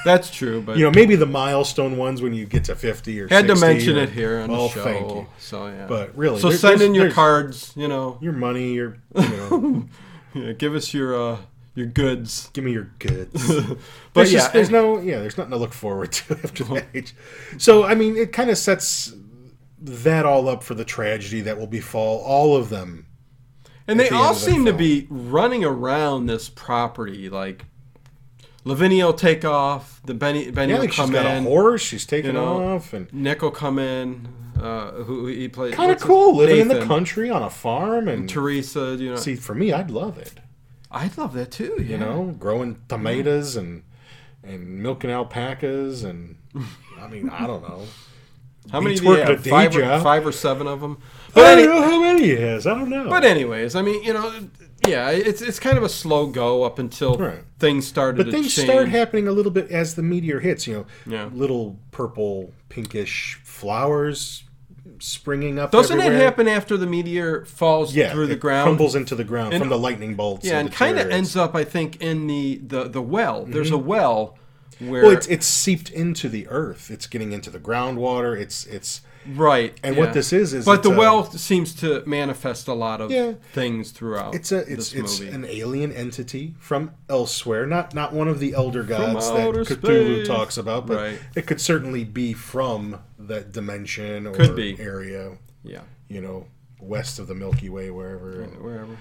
Speaker 9: that's true. But
Speaker 10: you know maybe the milestone ones when you get to 50 or
Speaker 9: had to
Speaker 10: 60
Speaker 9: mention
Speaker 10: or-
Speaker 9: it here on
Speaker 10: Well,
Speaker 9: the show.
Speaker 10: thank you.
Speaker 9: So yeah.
Speaker 10: But really,
Speaker 9: so
Speaker 10: there-
Speaker 9: send
Speaker 10: there's-
Speaker 9: in your
Speaker 10: there's-
Speaker 9: cards. You know,
Speaker 10: your money, your you know,
Speaker 9: yeah, give us your uh, your goods.
Speaker 10: give me your goods. But
Speaker 9: But
Speaker 10: there's
Speaker 9: yeah,
Speaker 10: just- there's
Speaker 9: and-
Speaker 10: no yeah, there's nothing to look forward to after that age. So I mean, it kind of sets that all up for the tragedy that will befall all of them.
Speaker 9: And they
Speaker 10: the
Speaker 9: all
Speaker 10: end of the
Speaker 9: seem to
Speaker 10: film.
Speaker 9: be running around this property. Like Lavinia will take off, the Benny Benny
Speaker 10: Yeah,
Speaker 9: will
Speaker 10: like she's
Speaker 9: come
Speaker 10: got a
Speaker 9: in,
Speaker 10: horse, she's taking
Speaker 9: you know.
Speaker 10: off, and
Speaker 9: Nick will come in, uh, who he plays.
Speaker 10: kind of
Speaker 9: what's his-
Speaker 10: cool living in the
Speaker 9: Nathan.
Speaker 10: country on a farm and.
Speaker 9: Teresa, you know,
Speaker 10: See, for me, I'd love it.
Speaker 9: I'd love that too. Yeah.
Speaker 10: You know, growing tomatoes and and milking alpacas and I mean, I don't know.
Speaker 9: how many?
Speaker 10: beats
Speaker 9: Do you
Speaker 10: working a
Speaker 9: have?
Speaker 10: day
Speaker 9: Five, or,
Speaker 10: job.
Speaker 9: five or seven of them. But
Speaker 10: I
Speaker 9: any-
Speaker 10: don't know how many he has. I don't know.
Speaker 9: But anyways, I mean, you know, yeah, it's it's kind of a slow go up until
Speaker 10: Right.
Speaker 9: things started.
Speaker 10: But
Speaker 9: to
Speaker 10: things
Speaker 9: change.
Speaker 10: start happening a little bit as the meteor hits. You know,
Speaker 9: Yeah.
Speaker 10: little purple, pinkish flowers springing up.
Speaker 9: Doesn't it
Speaker 10: everywhere.
Speaker 9: happen after the meteor falls
Speaker 10: Yeah,
Speaker 9: through the
Speaker 10: it
Speaker 9: ground?
Speaker 10: crumbles into the ground
Speaker 9: And-
Speaker 10: from the lightning bolts.
Speaker 9: Yeah, and kind of ends up, I think, in the the, the well. There's a well where
Speaker 10: Mm-hmm. Well, it's it's seeped into the earth. It's getting into the groundwater. It's it's
Speaker 9: right.
Speaker 10: and what
Speaker 9: yeah.
Speaker 10: this is, is
Speaker 9: but the
Speaker 10: it's a-
Speaker 9: well seems to manifest a lot of
Speaker 10: Yeah.
Speaker 9: things throughout.
Speaker 10: it's a it's
Speaker 9: this
Speaker 10: it's
Speaker 9: movie.
Speaker 10: an alien entity from elsewhere. Not not one of the elder gods that
Speaker 9: outer
Speaker 10: Cthulhu
Speaker 9: space.
Speaker 10: talks about, but
Speaker 9: Right.
Speaker 10: it could certainly be from that dimension or
Speaker 9: Could be.
Speaker 10: area.
Speaker 9: yeah,
Speaker 10: you know, west of the Milky Way, wherever.
Speaker 9: wherever.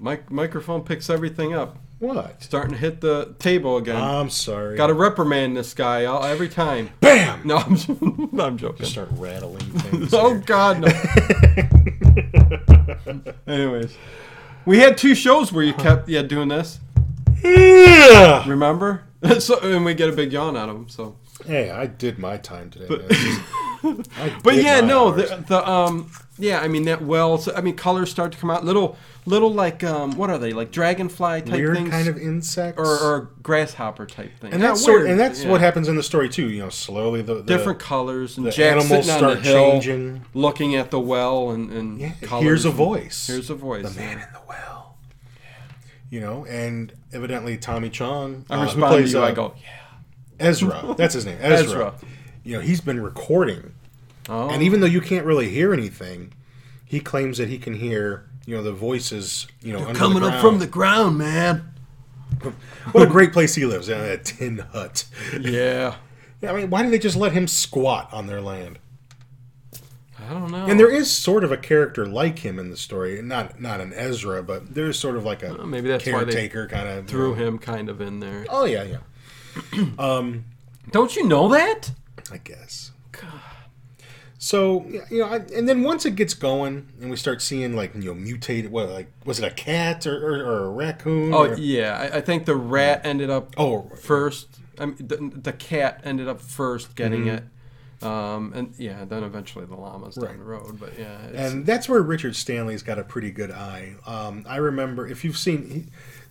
Speaker 9: Mic- microphone picks everything up.
Speaker 10: What?
Speaker 9: Starting to hit the table again.
Speaker 10: I'm sorry.
Speaker 9: Got to reprimand this guy all, every time.
Speaker 10: bam.
Speaker 9: No, I'm, no, I'm joking.
Speaker 10: Start rattling things.
Speaker 9: Oh
Speaker 10: here.
Speaker 9: God, no. Anyways, we had two shows where you kept yeah doing this.
Speaker 10: Yeah.
Speaker 9: Remember? so, and we get a big yawn out of him. So,
Speaker 10: Hey, I did my time today. But, I
Speaker 9: but
Speaker 10: did
Speaker 9: yeah,
Speaker 10: my
Speaker 9: no,
Speaker 10: hours.
Speaker 9: the, the um, yeah, I mean that well. So, I mean, colors start to come out. Little, little like um, what are they? Like dragonfly type
Speaker 10: weird
Speaker 9: things,
Speaker 10: kind of insects.
Speaker 9: or, or grasshopper type things.
Speaker 10: and
Speaker 9: Yeah,
Speaker 10: that's sort,
Speaker 9: weird,
Speaker 10: and that's
Speaker 9: yeah.
Speaker 10: what happens in the story too. You know, slowly the, the
Speaker 9: Different colors and
Speaker 10: the
Speaker 9: Jack
Speaker 10: animals
Speaker 9: sitting on the
Speaker 10: start
Speaker 9: hill,
Speaker 10: changing.
Speaker 9: looking at the well and and
Speaker 10: Yeah,
Speaker 9: colors
Speaker 10: hears a
Speaker 9: and-
Speaker 10: voice.
Speaker 9: Here's a voice.
Speaker 10: The man in the well. You know, and evidently Tommy Chong,
Speaker 9: I
Speaker 10: uh, who
Speaker 9: respond
Speaker 10: plays
Speaker 9: to you. I
Speaker 10: uh,
Speaker 9: go, yeah.
Speaker 10: Ezra. That's his name. Ezra.
Speaker 9: Ezra.
Speaker 10: You know, he's been recording.
Speaker 9: Oh.
Speaker 10: And even though you can't really hear anything, he claims that he can hear, you know, the voices, you know, under
Speaker 9: coming
Speaker 10: the
Speaker 9: up from the
Speaker 10: ground.
Speaker 9: ground, man.
Speaker 10: What a great place he lives, in that tin hut.
Speaker 9: Yeah.
Speaker 10: I mean, why did they just let him squat on their land?
Speaker 9: I don't know.
Speaker 10: And there is sort of a character like him in the story, not not an Ezra, but there is sort of like a
Speaker 9: maybe that's why they
Speaker 10: caretaker kind of
Speaker 9: threw him kind of in there.
Speaker 10: Oh yeah, yeah.
Speaker 9: Don't you know that?
Speaker 10: I guess. So y- you know, I, and then once it gets going, and we start seeing like you know mutated. What like was it a cat or, or, or a raccoon?
Speaker 9: Oh
Speaker 10: or-
Speaker 9: yeah, I, I think the rat ended up
Speaker 10: Oh.
Speaker 9: first. I mean, the, the cat ended up first getting it, um, and yeah, then eventually the llamas
Speaker 10: Mm-hmm. Right.
Speaker 9: down the road. But yeah, it's,
Speaker 10: and that's where Richard Stanley's got a pretty good eye. Um, I remember if you've seen he,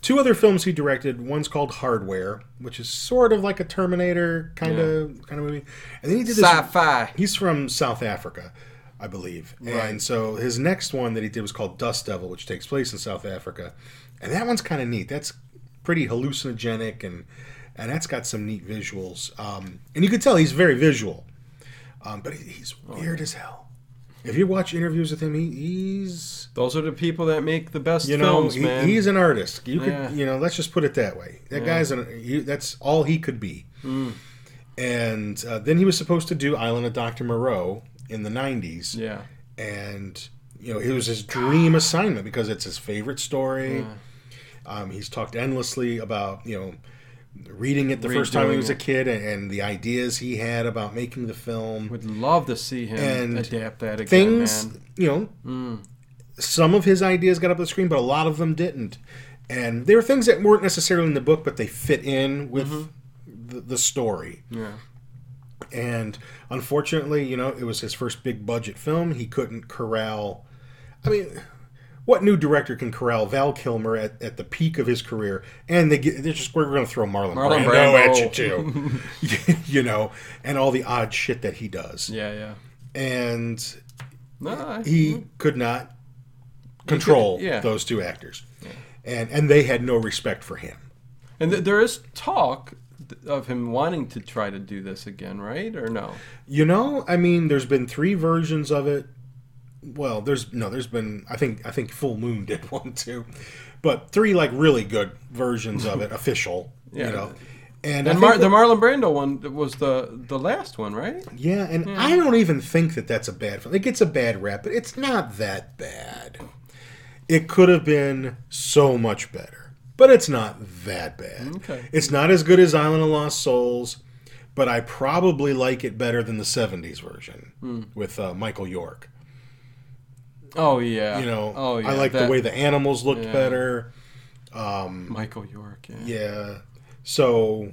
Speaker 10: two other films he directed. One's called Hardware, which is sort of like a Terminator kind of kind of movie, and then he did this
Speaker 9: sci-fi.
Speaker 10: He's from South Africa, I believe. And so his next one that he did was called Dust Devil, which takes place in South Africa. And that one's kind of neat. That's pretty hallucinogenic and and that's got some neat visuals. Um, and you can tell he's very visual. Um, but he, he's weird as hell. If you watch interviews with him, he, he's
Speaker 9: Those are the people that make the best
Speaker 10: you know
Speaker 9: films,
Speaker 10: he-
Speaker 9: man.
Speaker 10: he's an artist. You could
Speaker 9: Yeah.
Speaker 10: you know let's just put it that way. That guy's an he, that's all he could be.
Speaker 9: Mm.
Speaker 10: And uh, then he was supposed to do Island of Dr. Moreau in the 90s
Speaker 9: yeah,
Speaker 10: and you know it was his dream assignment because it's his favorite story. Um, he's talked endlessly about you know reading it the first time he
Speaker 9: Redoing
Speaker 10: was a
Speaker 9: it.
Speaker 10: kid and, and the ideas he had about making the film
Speaker 9: would love to see him
Speaker 10: And
Speaker 9: adapt that again,
Speaker 10: things
Speaker 9: man. Hmm.
Speaker 10: you know some of his ideas got up on the screen but a lot of them didn't and there were things that weren't necessarily in the book but they fit in with the, the story
Speaker 9: Mm-hmm. Yeah.
Speaker 10: and unfortunately you know it was his first big budget film he couldn't corral i mean what new director can corral Val Kilmer at, at the peak of his career? And they get, they're just we're going to throw Marlon,
Speaker 9: Marlon
Speaker 10: Brando, at you
Speaker 9: Brando.
Speaker 10: too, you know, and all the odd shit that he does.
Speaker 9: Yeah, yeah.
Speaker 10: And
Speaker 9: No, I-
Speaker 10: he could not control
Speaker 9: yeah.
Speaker 10: those two actors, and and they had no respect for him.
Speaker 9: and th- there is talk th- of him wanting to try to do this again, right? Or no?
Speaker 10: You know, I mean, there's been three versions of it. Well, there's no, there's been. I think I think Full Moon did one too, but three like really good versions of it, official.
Speaker 9: Yeah.
Speaker 10: You know, and, I
Speaker 9: And
Speaker 10: think
Speaker 9: Mar-
Speaker 10: that-
Speaker 9: the Marlon Brando one was the the last one, right?
Speaker 10: yeah, and
Speaker 9: Hmm.
Speaker 10: I don't even think that that's a bad film. It gets a bad rap, but it's not that bad. It could have been so much better, but it's not that bad.
Speaker 9: Okay.
Speaker 10: It's not as good as Island of Lost Souls, but I probably like it better than the '70s version
Speaker 9: Hmm.
Speaker 10: with uh, Michael York.
Speaker 9: Oh yeah.
Speaker 10: you know
Speaker 9: Oh yeah.
Speaker 10: i like the
Speaker 9: that-
Speaker 10: way the animals looked
Speaker 9: yeah.
Speaker 10: better
Speaker 9: Michael York. Yeah.
Speaker 10: yeah so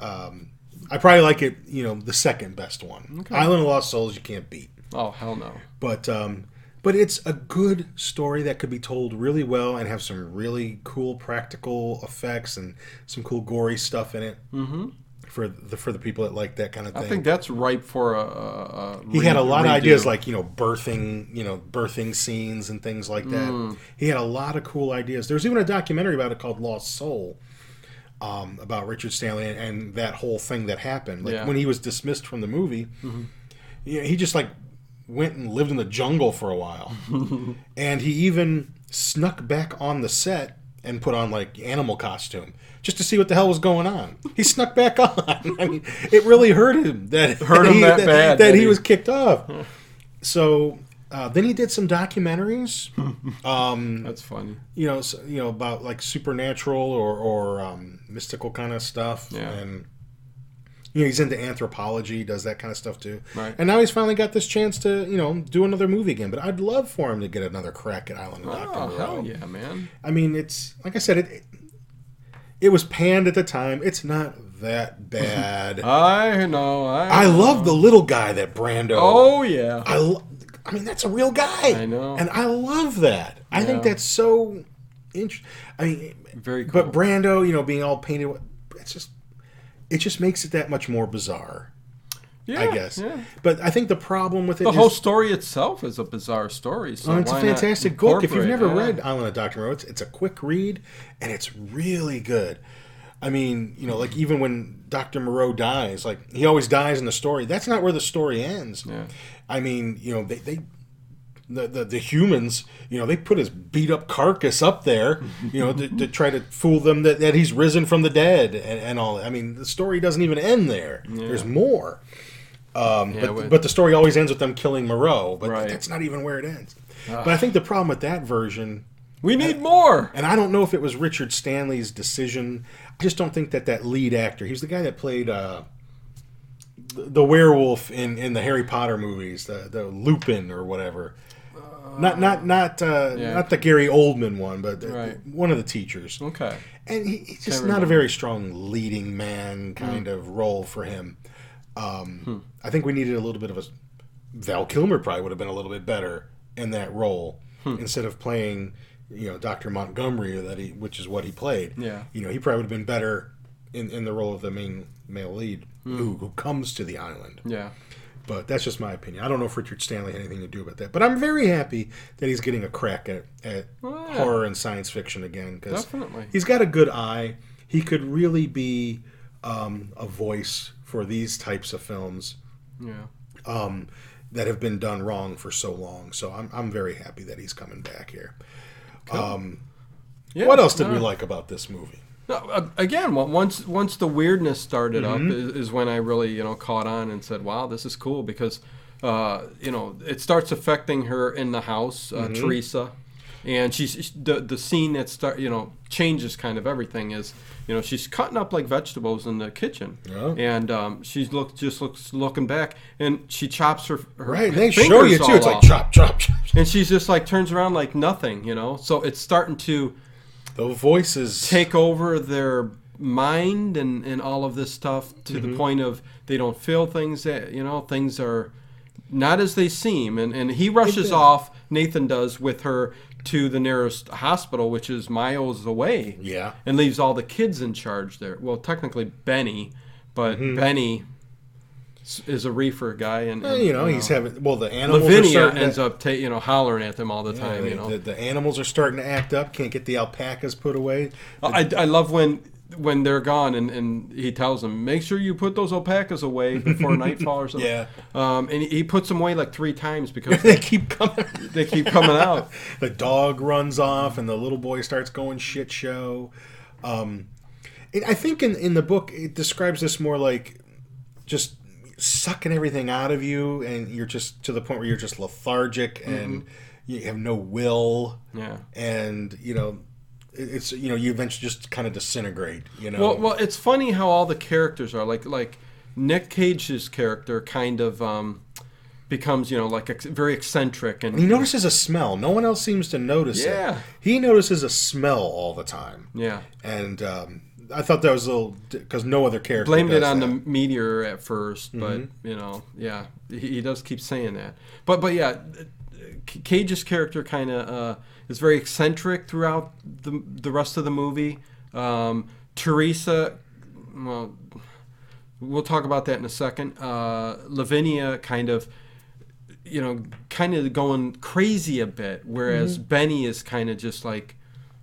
Speaker 10: um i probably like it you know the second best one island of lost souls you can't beat
Speaker 9: Oh hell no.
Speaker 10: but um but it's a good story that could be told really well and have some really cool practical effects and some cool gory stuff in it mm-hmm. for the for the people that like that kind of thing
Speaker 9: I think that's ripe for a. a, a
Speaker 10: he had a
Speaker 9: re-
Speaker 10: lot of
Speaker 9: redo.
Speaker 10: ideas like you know birthing you know birthing scenes and things like that
Speaker 9: Mm.
Speaker 10: he had a lot of cool ideas there's even a documentary about it called lost soul um, about richard stanley and, and that whole thing that happened like
Speaker 9: Yeah. Mm-hmm.
Speaker 10: when he was dismissed from the movie yeah, he just like went and lived in the jungle for a while and he even snuck back on the set and put on like animal costume just to see what the hell was going on. He snuck back on. I mean, it really hurt him that
Speaker 9: Hurt him
Speaker 10: he,
Speaker 9: that bad,
Speaker 10: that
Speaker 9: did
Speaker 10: he
Speaker 9: he?
Speaker 10: was kicked off. So uh, then he did some documentaries,
Speaker 9: that's funny.
Speaker 10: you know, s you know about like supernatural or, or um, mystical kind of stuff,
Speaker 9: Yeah.
Speaker 10: and you know he's into anthropology, does that kind of stuff too.
Speaker 9: Right.
Speaker 10: And now he's finally got this chance to you know do another movie again. But I'd love for him to get another crack at Island of Dr.
Speaker 9: Oh
Speaker 10: Moreau.
Speaker 9: hell yeah, man.
Speaker 10: I mean, it's like I said, it it, it was panned at the time. It's not that bad.
Speaker 9: Oh. I know. I.
Speaker 10: I love the little guy that Brando.
Speaker 9: Oh yeah.
Speaker 10: I, lo- I mean, that's a real guy.
Speaker 9: I know.
Speaker 10: and I love that. I think
Speaker 9: Yeah.
Speaker 10: that's so interesting. I mean,
Speaker 9: Very cool.
Speaker 10: but Brando, you know, being all painted, with- it's just it just makes it that much more bizarre.
Speaker 9: yeah,
Speaker 10: I guess.
Speaker 9: yeah.
Speaker 10: But I think the problem with it
Speaker 9: The
Speaker 10: is-
Speaker 9: whole story itself is a bizarre story. So
Speaker 10: Oh, it's a
Speaker 9: why not
Speaker 10: fantastic book. If you've
Speaker 9: incorporate-
Speaker 10: never
Speaker 9: yeah.
Speaker 10: read Island of Dr. Moreau, it's, it's a quick read and it's really good. I mean, you know, like even when Dr. Moreau dies, like he always dies in the story. That's not where the story ends.
Speaker 9: Yeah.
Speaker 10: I mean, you know, they, they the, the, the humans, you know, they put his beat up carcass up there, you know, to, to try to fool them that, that he's risen from the dead and, and all. that. I mean, the story doesn't even end there. There's more. Um,
Speaker 9: Yeah,
Speaker 10: but,
Speaker 9: with-
Speaker 10: but the story always ends with them killing Moreau, but
Speaker 9: Right.
Speaker 10: that's not even where it ends. But I think the problem with that version
Speaker 9: We need more.
Speaker 10: And I don't know if it was Richard Stanley's decision. I just don't think that that lead actor, he's the guy that played uh, the, the werewolf in, in the Harry Potter movies, the, the Lupin or whatever. Not not not uh,
Speaker 9: Yeah.
Speaker 10: not the Gary Oldman one, but the-
Speaker 9: Right.
Speaker 10: one of the teachers.
Speaker 9: Okay.
Speaker 10: And he, he's just
Speaker 9: Can't
Speaker 10: not a
Speaker 9: remember.
Speaker 10: very strong leading man kind
Speaker 9: Hmm.
Speaker 10: of role for him. Um, I think we needed a little bit of a Val Kilmer probably would have been a little bit better in that role
Speaker 9: Hmm.
Speaker 10: instead of playing, you know, Doctor Montgomery that he, which is what he played.
Speaker 9: Yeah.
Speaker 10: you know, he probably would have been better in, in the role of the main male lead who, who comes to the island.
Speaker 9: Hmm. Yeah.
Speaker 10: But that's just my opinion. I don't know if Richard Stanley had anything to do about that. But I'm very happy that he's getting a crack at, at
Speaker 9: Well, Oh, yeah.
Speaker 10: horror and science fiction again because
Speaker 9: Definitely.
Speaker 10: he's got a good eye. He could really be um, a voice for these types of films
Speaker 9: Yeah.
Speaker 10: um, that have been done wrong for so long. So I'm, I'm very happy that he's coming back here. Um,
Speaker 9: yeah.
Speaker 10: what else did we
Speaker 9: no.
Speaker 10: like about this movie?
Speaker 9: No, uh, again, well, once once the weirdness started up
Speaker 10: Mm-hmm.
Speaker 9: is, is when I really you know caught on and said, "Wow, this is cool," because uh, you know it starts affecting her in the house,
Speaker 10: Mm-hmm.
Speaker 9: uh, Teresa, and she's she- the the scene that start you know changes kind of everything is you know she's cutting up like vegetables in the kitchen,
Speaker 10: Yeah.
Speaker 9: and um, she's look just looks looking back and she chops her, her
Speaker 10: Right, they
Speaker 9: fingers
Speaker 10: show you too.
Speaker 9: all
Speaker 10: It's like
Speaker 9: off.
Speaker 10: chop, chop, chop.
Speaker 9: and she's just like turns around like nothing, you know. So it's starting to
Speaker 10: The voices.
Speaker 9: take over their mind and, and all of this stuff to
Speaker 10: Mm-hmm.
Speaker 9: the point of they don't feel things that you know things are not as they seem and, and he rushes off nathan does with her to the nearest hospital which is miles away
Speaker 10: Yeah.
Speaker 9: and leaves all the kids in charge there well technically benny but benny s- is a reefer guy and,
Speaker 10: Mm-hmm. Well,
Speaker 9: and,
Speaker 10: eh, you know, he's having. Well, the animals are
Speaker 9: lavinia
Speaker 10: starting
Speaker 9: ends
Speaker 10: to,
Speaker 9: up ta- you know hollering at them all the time
Speaker 10: they-
Speaker 9: you know
Speaker 10: the, the animals are starting to act up. Can't get the alpacas put away.
Speaker 9: I, I love when when they're gone and, and he tells them make sure you put those alpacas away before nightfall or something.
Speaker 10: Yeah.
Speaker 9: Um, and he puts them away like three times because
Speaker 10: They
Speaker 9: they,
Speaker 10: keep coming.
Speaker 9: they keep coming out.
Speaker 10: the dog runs off and the little boy starts going shit show um it, i think in in the book it describes this more like just sucking everything out of you and you're just to the point where you're just lethargic and you have no will
Speaker 9: Mm-hmm. Yeah.
Speaker 10: and you know it- it's you know you eventually just kind of disintegrate you know
Speaker 9: Well, well, it's funny how all the characters are like like Nick Cage's character kind of um, becomes you know like ex- very eccentric and
Speaker 10: he notices a smell no one else seems to notice it
Speaker 9: Yeah.
Speaker 10: he notices a smell all the time
Speaker 9: yeah.
Speaker 10: and um I thought that was a little because no other character
Speaker 9: blamed it
Speaker 10: does
Speaker 9: on
Speaker 10: that. Mm-hmm.
Speaker 9: the meteor at 1st but you know, yeah, he, he does keep saying that. But but yeah, C- Cage's character kind of uh, is very eccentric throughout the the rest of the movie. Um, Teresa, well, we'll talk about that in a second. Uh, Lavinia kind of. You know, kind of going crazy a bit, whereas
Speaker 10: Mm-hmm.
Speaker 9: Benny is kind of just like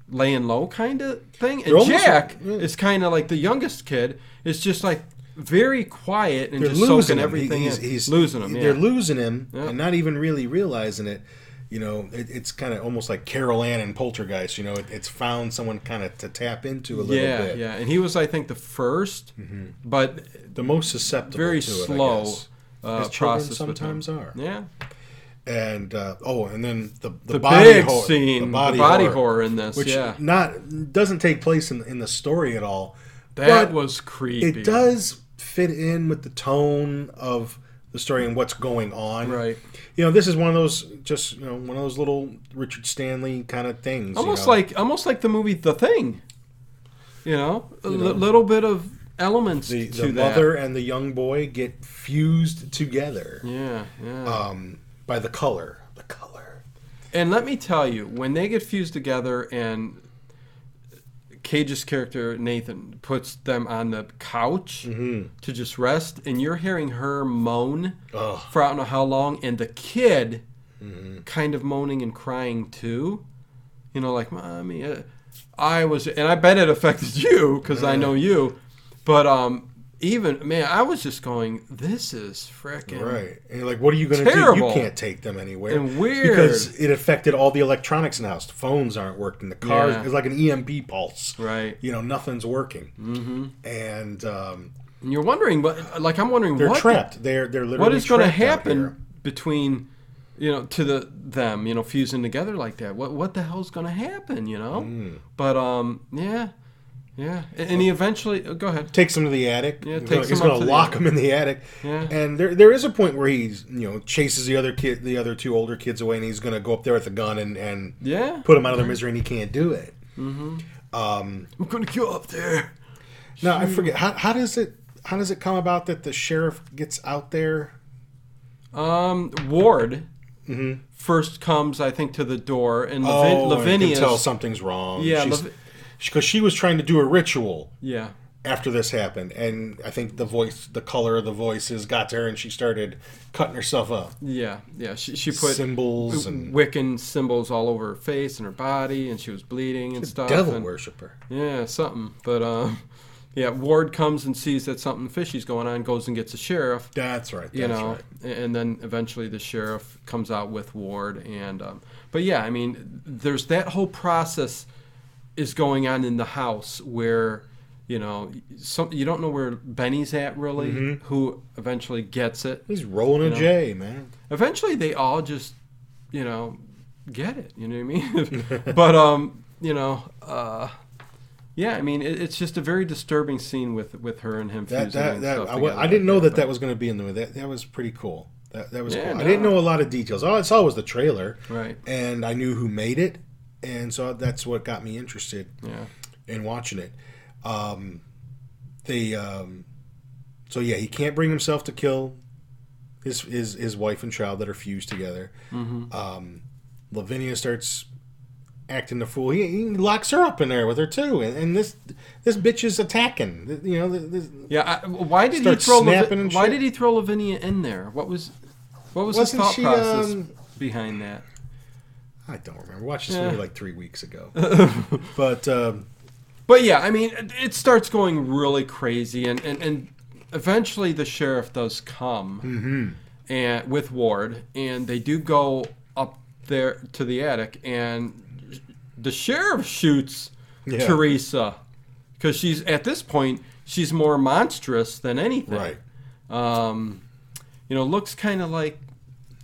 Speaker 9: laying low kind of thing. And
Speaker 10: They're almost-
Speaker 9: Jack
Speaker 10: yeah.
Speaker 9: is kind of like the youngest kid is just like very quiet and
Speaker 10: they're
Speaker 9: just
Speaker 10: losing
Speaker 9: soaking
Speaker 10: him.
Speaker 9: everything
Speaker 10: He's-
Speaker 9: in.
Speaker 10: he's-
Speaker 9: losing him. Yeah.
Speaker 10: They're losing him
Speaker 9: Yeah.
Speaker 10: and not even really realizing it. You know, it, it's kind of almost like Carol Ann and Poltergeist. You know, it, it's found someone kind of to tap into a little
Speaker 9: yeah,
Speaker 10: bit. Mm-hmm.
Speaker 9: yeah. And he was, I think, the 1st but
Speaker 10: The most susceptible,
Speaker 9: very
Speaker 10: to It, I
Speaker 9: slow
Speaker 10: guess.
Speaker 9: uh,
Speaker 10: As children
Speaker 9: process. with him.
Speaker 10: sometimes are.
Speaker 9: Yeah,
Speaker 10: And uh, oh, and then the the,
Speaker 9: the
Speaker 10: body
Speaker 9: big
Speaker 10: horror,
Speaker 9: scene, the body, horror. in this.
Speaker 10: which
Speaker 9: yeah,
Speaker 10: not doesn't take place in in the story at all.
Speaker 9: that
Speaker 10: but
Speaker 9: was creepy.
Speaker 10: it does fit in with the tone of the story and what's going on.
Speaker 9: Right.
Speaker 10: You know, this is one of those just you know one of those little Richard Stanley kind of things. you
Speaker 9: almost
Speaker 10: know.
Speaker 9: like almost like the movie The Thing. You know, a li- little bit of elements
Speaker 10: the,
Speaker 9: to
Speaker 10: the
Speaker 9: that.
Speaker 10: mother and the young boy get fused together
Speaker 9: yeah, yeah.
Speaker 10: um, by the color. The color.
Speaker 9: And let me tell you, when they get fused together and Cage's character Nathan puts them on the couch
Speaker 10: Mm-hmm.
Speaker 9: to just rest, and you're hearing her moan
Speaker 10: Ugh.
Speaker 9: for I don't know how long, and the kid kind of moaning and crying too, you know, like mommy. uh," I was, and I bet it affected you because I know you, but um, even man, I was just going, this is frickin'
Speaker 10: Right. And you're like, what are you going to do? You
Speaker 9: Terrible.
Speaker 10: can't take them anywhere.
Speaker 9: And weird.
Speaker 10: Because it affected all the electronics in the house. The phones aren't working. The cars.
Speaker 9: Yeah.
Speaker 10: It's like an EMP pulse.
Speaker 9: Right.
Speaker 10: You know, nothing's working. Mm-hmm. And um,
Speaker 9: And you're wondering, but like I'm wondering,
Speaker 10: they're
Speaker 9: what the-
Speaker 10: trapped. They're they're literally
Speaker 9: what is going to
Speaker 10: trapped out
Speaker 9: happen
Speaker 10: here.
Speaker 9: between you know, to the them, you know, fusing together like that. What what the hell's going to happen, you know? But um, yeah, yeah, and, and he eventually oh, go ahead.
Speaker 10: takes him to the attic.
Speaker 9: Yeah,
Speaker 10: he's
Speaker 9: takes
Speaker 10: gonna,
Speaker 9: him
Speaker 10: he's
Speaker 9: up
Speaker 10: gonna
Speaker 9: to the
Speaker 10: lock
Speaker 9: attic.
Speaker 10: him in the attic.
Speaker 9: Yeah.
Speaker 10: And there there is a point where he's you know chases the other kid, the other two older kids away, and he's gonna go up there with a gun and and
Speaker 9: Yeah, Mm-hmm.
Speaker 10: put them out of their misery, and he can't do it. Um,
Speaker 9: I'm going to go up there.
Speaker 10: Now I forget how, how does it how does it come about that the sheriff gets out there?
Speaker 9: Um, Ward first comes, I think, to the door, and Lavin-
Speaker 10: Mm-hmm. Oh, and
Speaker 9: Lavinia.
Speaker 10: can tell something's wrong.
Speaker 9: Yeah,
Speaker 10: because
Speaker 9: Lavi-
Speaker 10: she was trying to do a ritual
Speaker 9: yeah,
Speaker 10: after this happened, and I think the voice, the color of the voices, got to her, and she started cutting herself up.
Speaker 9: yeah, yeah. She, she put
Speaker 10: Symbols and-
Speaker 9: Wiccan symbols all over her face and her body, and she was bleeding and stuff.
Speaker 10: Devil
Speaker 9: and-
Speaker 10: worshiper.
Speaker 9: Yeah, something. But um, yeah, Ward comes and sees that something fishy's going on, goes and gets the sheriff.
Speaker 10: That's right. That's
Speaker 9: you know,
Speaker 10: right.
Speaker 9: a- and then eventually the sheriff comes out with Ward, and um, but yeah, I mean, there's that whole process is going on in the house where you know some you don't know where Benny's at really,
Speaker 10: Mm-hmm.
Speaker 9: who eventually gets it.
Speaker 10: He's rolling a
Speaker 9: know?
Speaker 10: J, man.
Speaker 9: Eventually, they all just you know get it. You know what I mean? but um, you know, uh, yeah, I mean, it, it's just a very disturbing scene with with her and him.
Speaker 10: That
Speaker 9: fusing
Speaker 10: that,
Speaker 9: and
Speaker 10: that
Speaker 9: stuff
Speaker 10: I, wa-
Speaker 9: together
Speaker 10: I didn't know
Speaker 9: like
Speaker 10: that that was going to be in the movie. That that was pretty cool. That that was
Speaker 9: Yeah,
Speaker 10: cool.
Speaker 9: no.
Speaker 10: I didn't know a lot of details. All I saw was the trailer,
Speaker 9: but- right.
Speaker 10: and I knew who made it, and so that's what got me interested
Speaker 9: Yeah.
Speaker 10: in watching it. Um, they um, so yeah, he can't bring himself to kill his his, his wife and child that are fused together.
Speaker 9: Mm-hmm.
Speaker 10: Um, Lavinia starts acting the fool. He, he locks her up in there with her too, and, and this this bitch is attacking. You know, this,
Speaker 9: Yeah, I, why did he
Speaker 10: Starts
Speaker 9: throw?
Speaker 10: snapping
Speaker 9: Lavi-
Speaker 10: and
Speaker 9: why
Speaker 10: shit.
Speaker 9: did he throw Lavinia in there? What was, what was
Speaker 10: Wasn't
Speaker 9: his thought
Speaker 10: she,
Speaker 9: process
Speaker 10: um,
Speaker 9: behind that?
Speaker 10: I don't remember. Watched this
Speaker 9: Yeah.
Speaker 10: movie like three weeks ago, but um,
Speaker 9: But yeah, I mean, it, it starts going really crazy, and and, and eventually the sheriff does come,
Speaker 10: Mm-hmm.
Speaker 9: and with Ward, and they do go up there to the attic, and the sheriff shoots
Speaker 10: Yeah.
Speaker 9: Teresa because she's at this point she's more monstrous than anything.
Speaker 10: right.
Speaker 9: um, you know, looks kind of like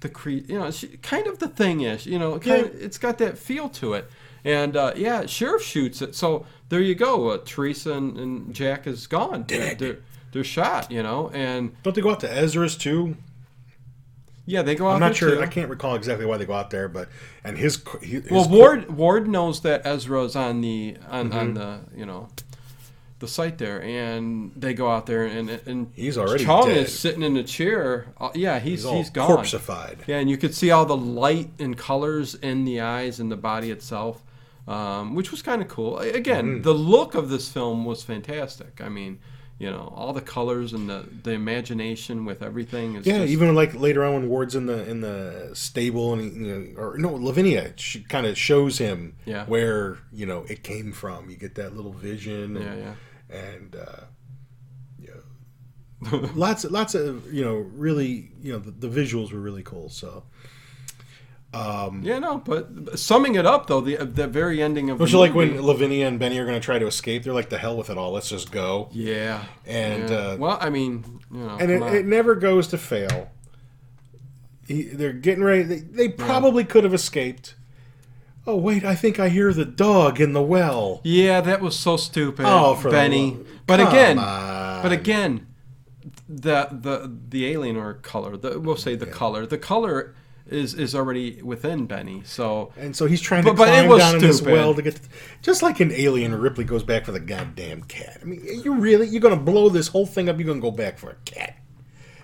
Speaker 9: the cre- you know, she, kind of the thing is, you know, kind of, it's got that feel to it. And uh, yeah, sheriff shoots it. So there you go. Uh, Teresa and, and Jack is gone. They're, they're, they're shot, you know. And
Speaker 10: Don't they go out to Ezra's too?
Speaker 9: yeah, they go out.
Speaker 10: I'm not
Speaker 9: there,
Speaker 10: sure.
Speaker 9: too.
Speaker 10: I can't recall exactly why they go out there, but and his, co- he- his
Speaker 9: Well,
Speaker 10: co-
Speaker 9: Ward Ward knows that Ezra's on the on,
Speaker 10: Mm-hmm.
Speaker 9: on the you know the site there, and they go out there, and and
Speaker 10: He's already
Speaker 9: Chong
Speaker 10: dead.
Speaker 9: is sitting in a chair. Uh, yeah, he's
Speaker 10: he's all
Speaker 9: he's gone.
Speaker 10: corpseified.
Speaker 9: Yeah, and you could see all the light and colors in the eyes and the body itself, um, which was kind of cool. A-
Speaker 10: Mm-hmm.
Speaker 9: Again, the look of this film was fantastic. I mean, you know, all the colors and the, the imagination with everything. Is
Speaker 10: Yeah,
Speaker 9: just,
Speaker 10: even like later on when Ward's in the in the stable and he, you know, or no Lavinia, she kind of shows him
Speaker 9: Yeah.
Speaker 10: where you know it came from. You get that little vision.
Speaker 9: Yeah,
Speaker 10: And,
Speaker 9: yeah.
Speaker 10: And uh, yeah, lots lots of you know really you know the, the visuals were really cool. So
Speaker 9: Yeah, no, but summing it up though, the uh, the very ending of
Speaker 10: don't
Speaker 9: the
Speaker 10: you like
Speaker 9: movie-
Speaker 10: when Lavinia and Benny are going to try to escape? They're like, the hell with it all. Let's just go.
Speaker 9: Yeah.
Speaker 10: And,
Speaker 9: yeah.
Speaker 10: uh,
Speaker 9: well, I mean, you know,
Speaker 10: and it,
Speaker 9: come on.
Speaker 10: it never goes to fail. He, they're getting ready. They, they probably could have escaped. Oh wait, I think I hear the dog in the well.
Speaker 9: yeah, that was so stupid,
Speaker 10: Oh, for the
Speaker 9: Benny.
Speaker 10: love-
Speaker 9: But
Speaker 10: Come
Speaker 9: again,
Speaker 10: on.
Speaker 9: but again, the the the alien or color, the, we'll say the color, the color is is already within Benny. So
Speaker 10: and so he's trying to
Speaker 9: But- but it
Speaker 10: climb
Speaker 9: was
Speaker 10: down in this
Speaker 9: stupid.
Speaker 10: well to get, just like an alien. Ripley goes back for the goddamn cat. I mean, you really you're gonna blow this whole thing up. You're gonna go back for a cat.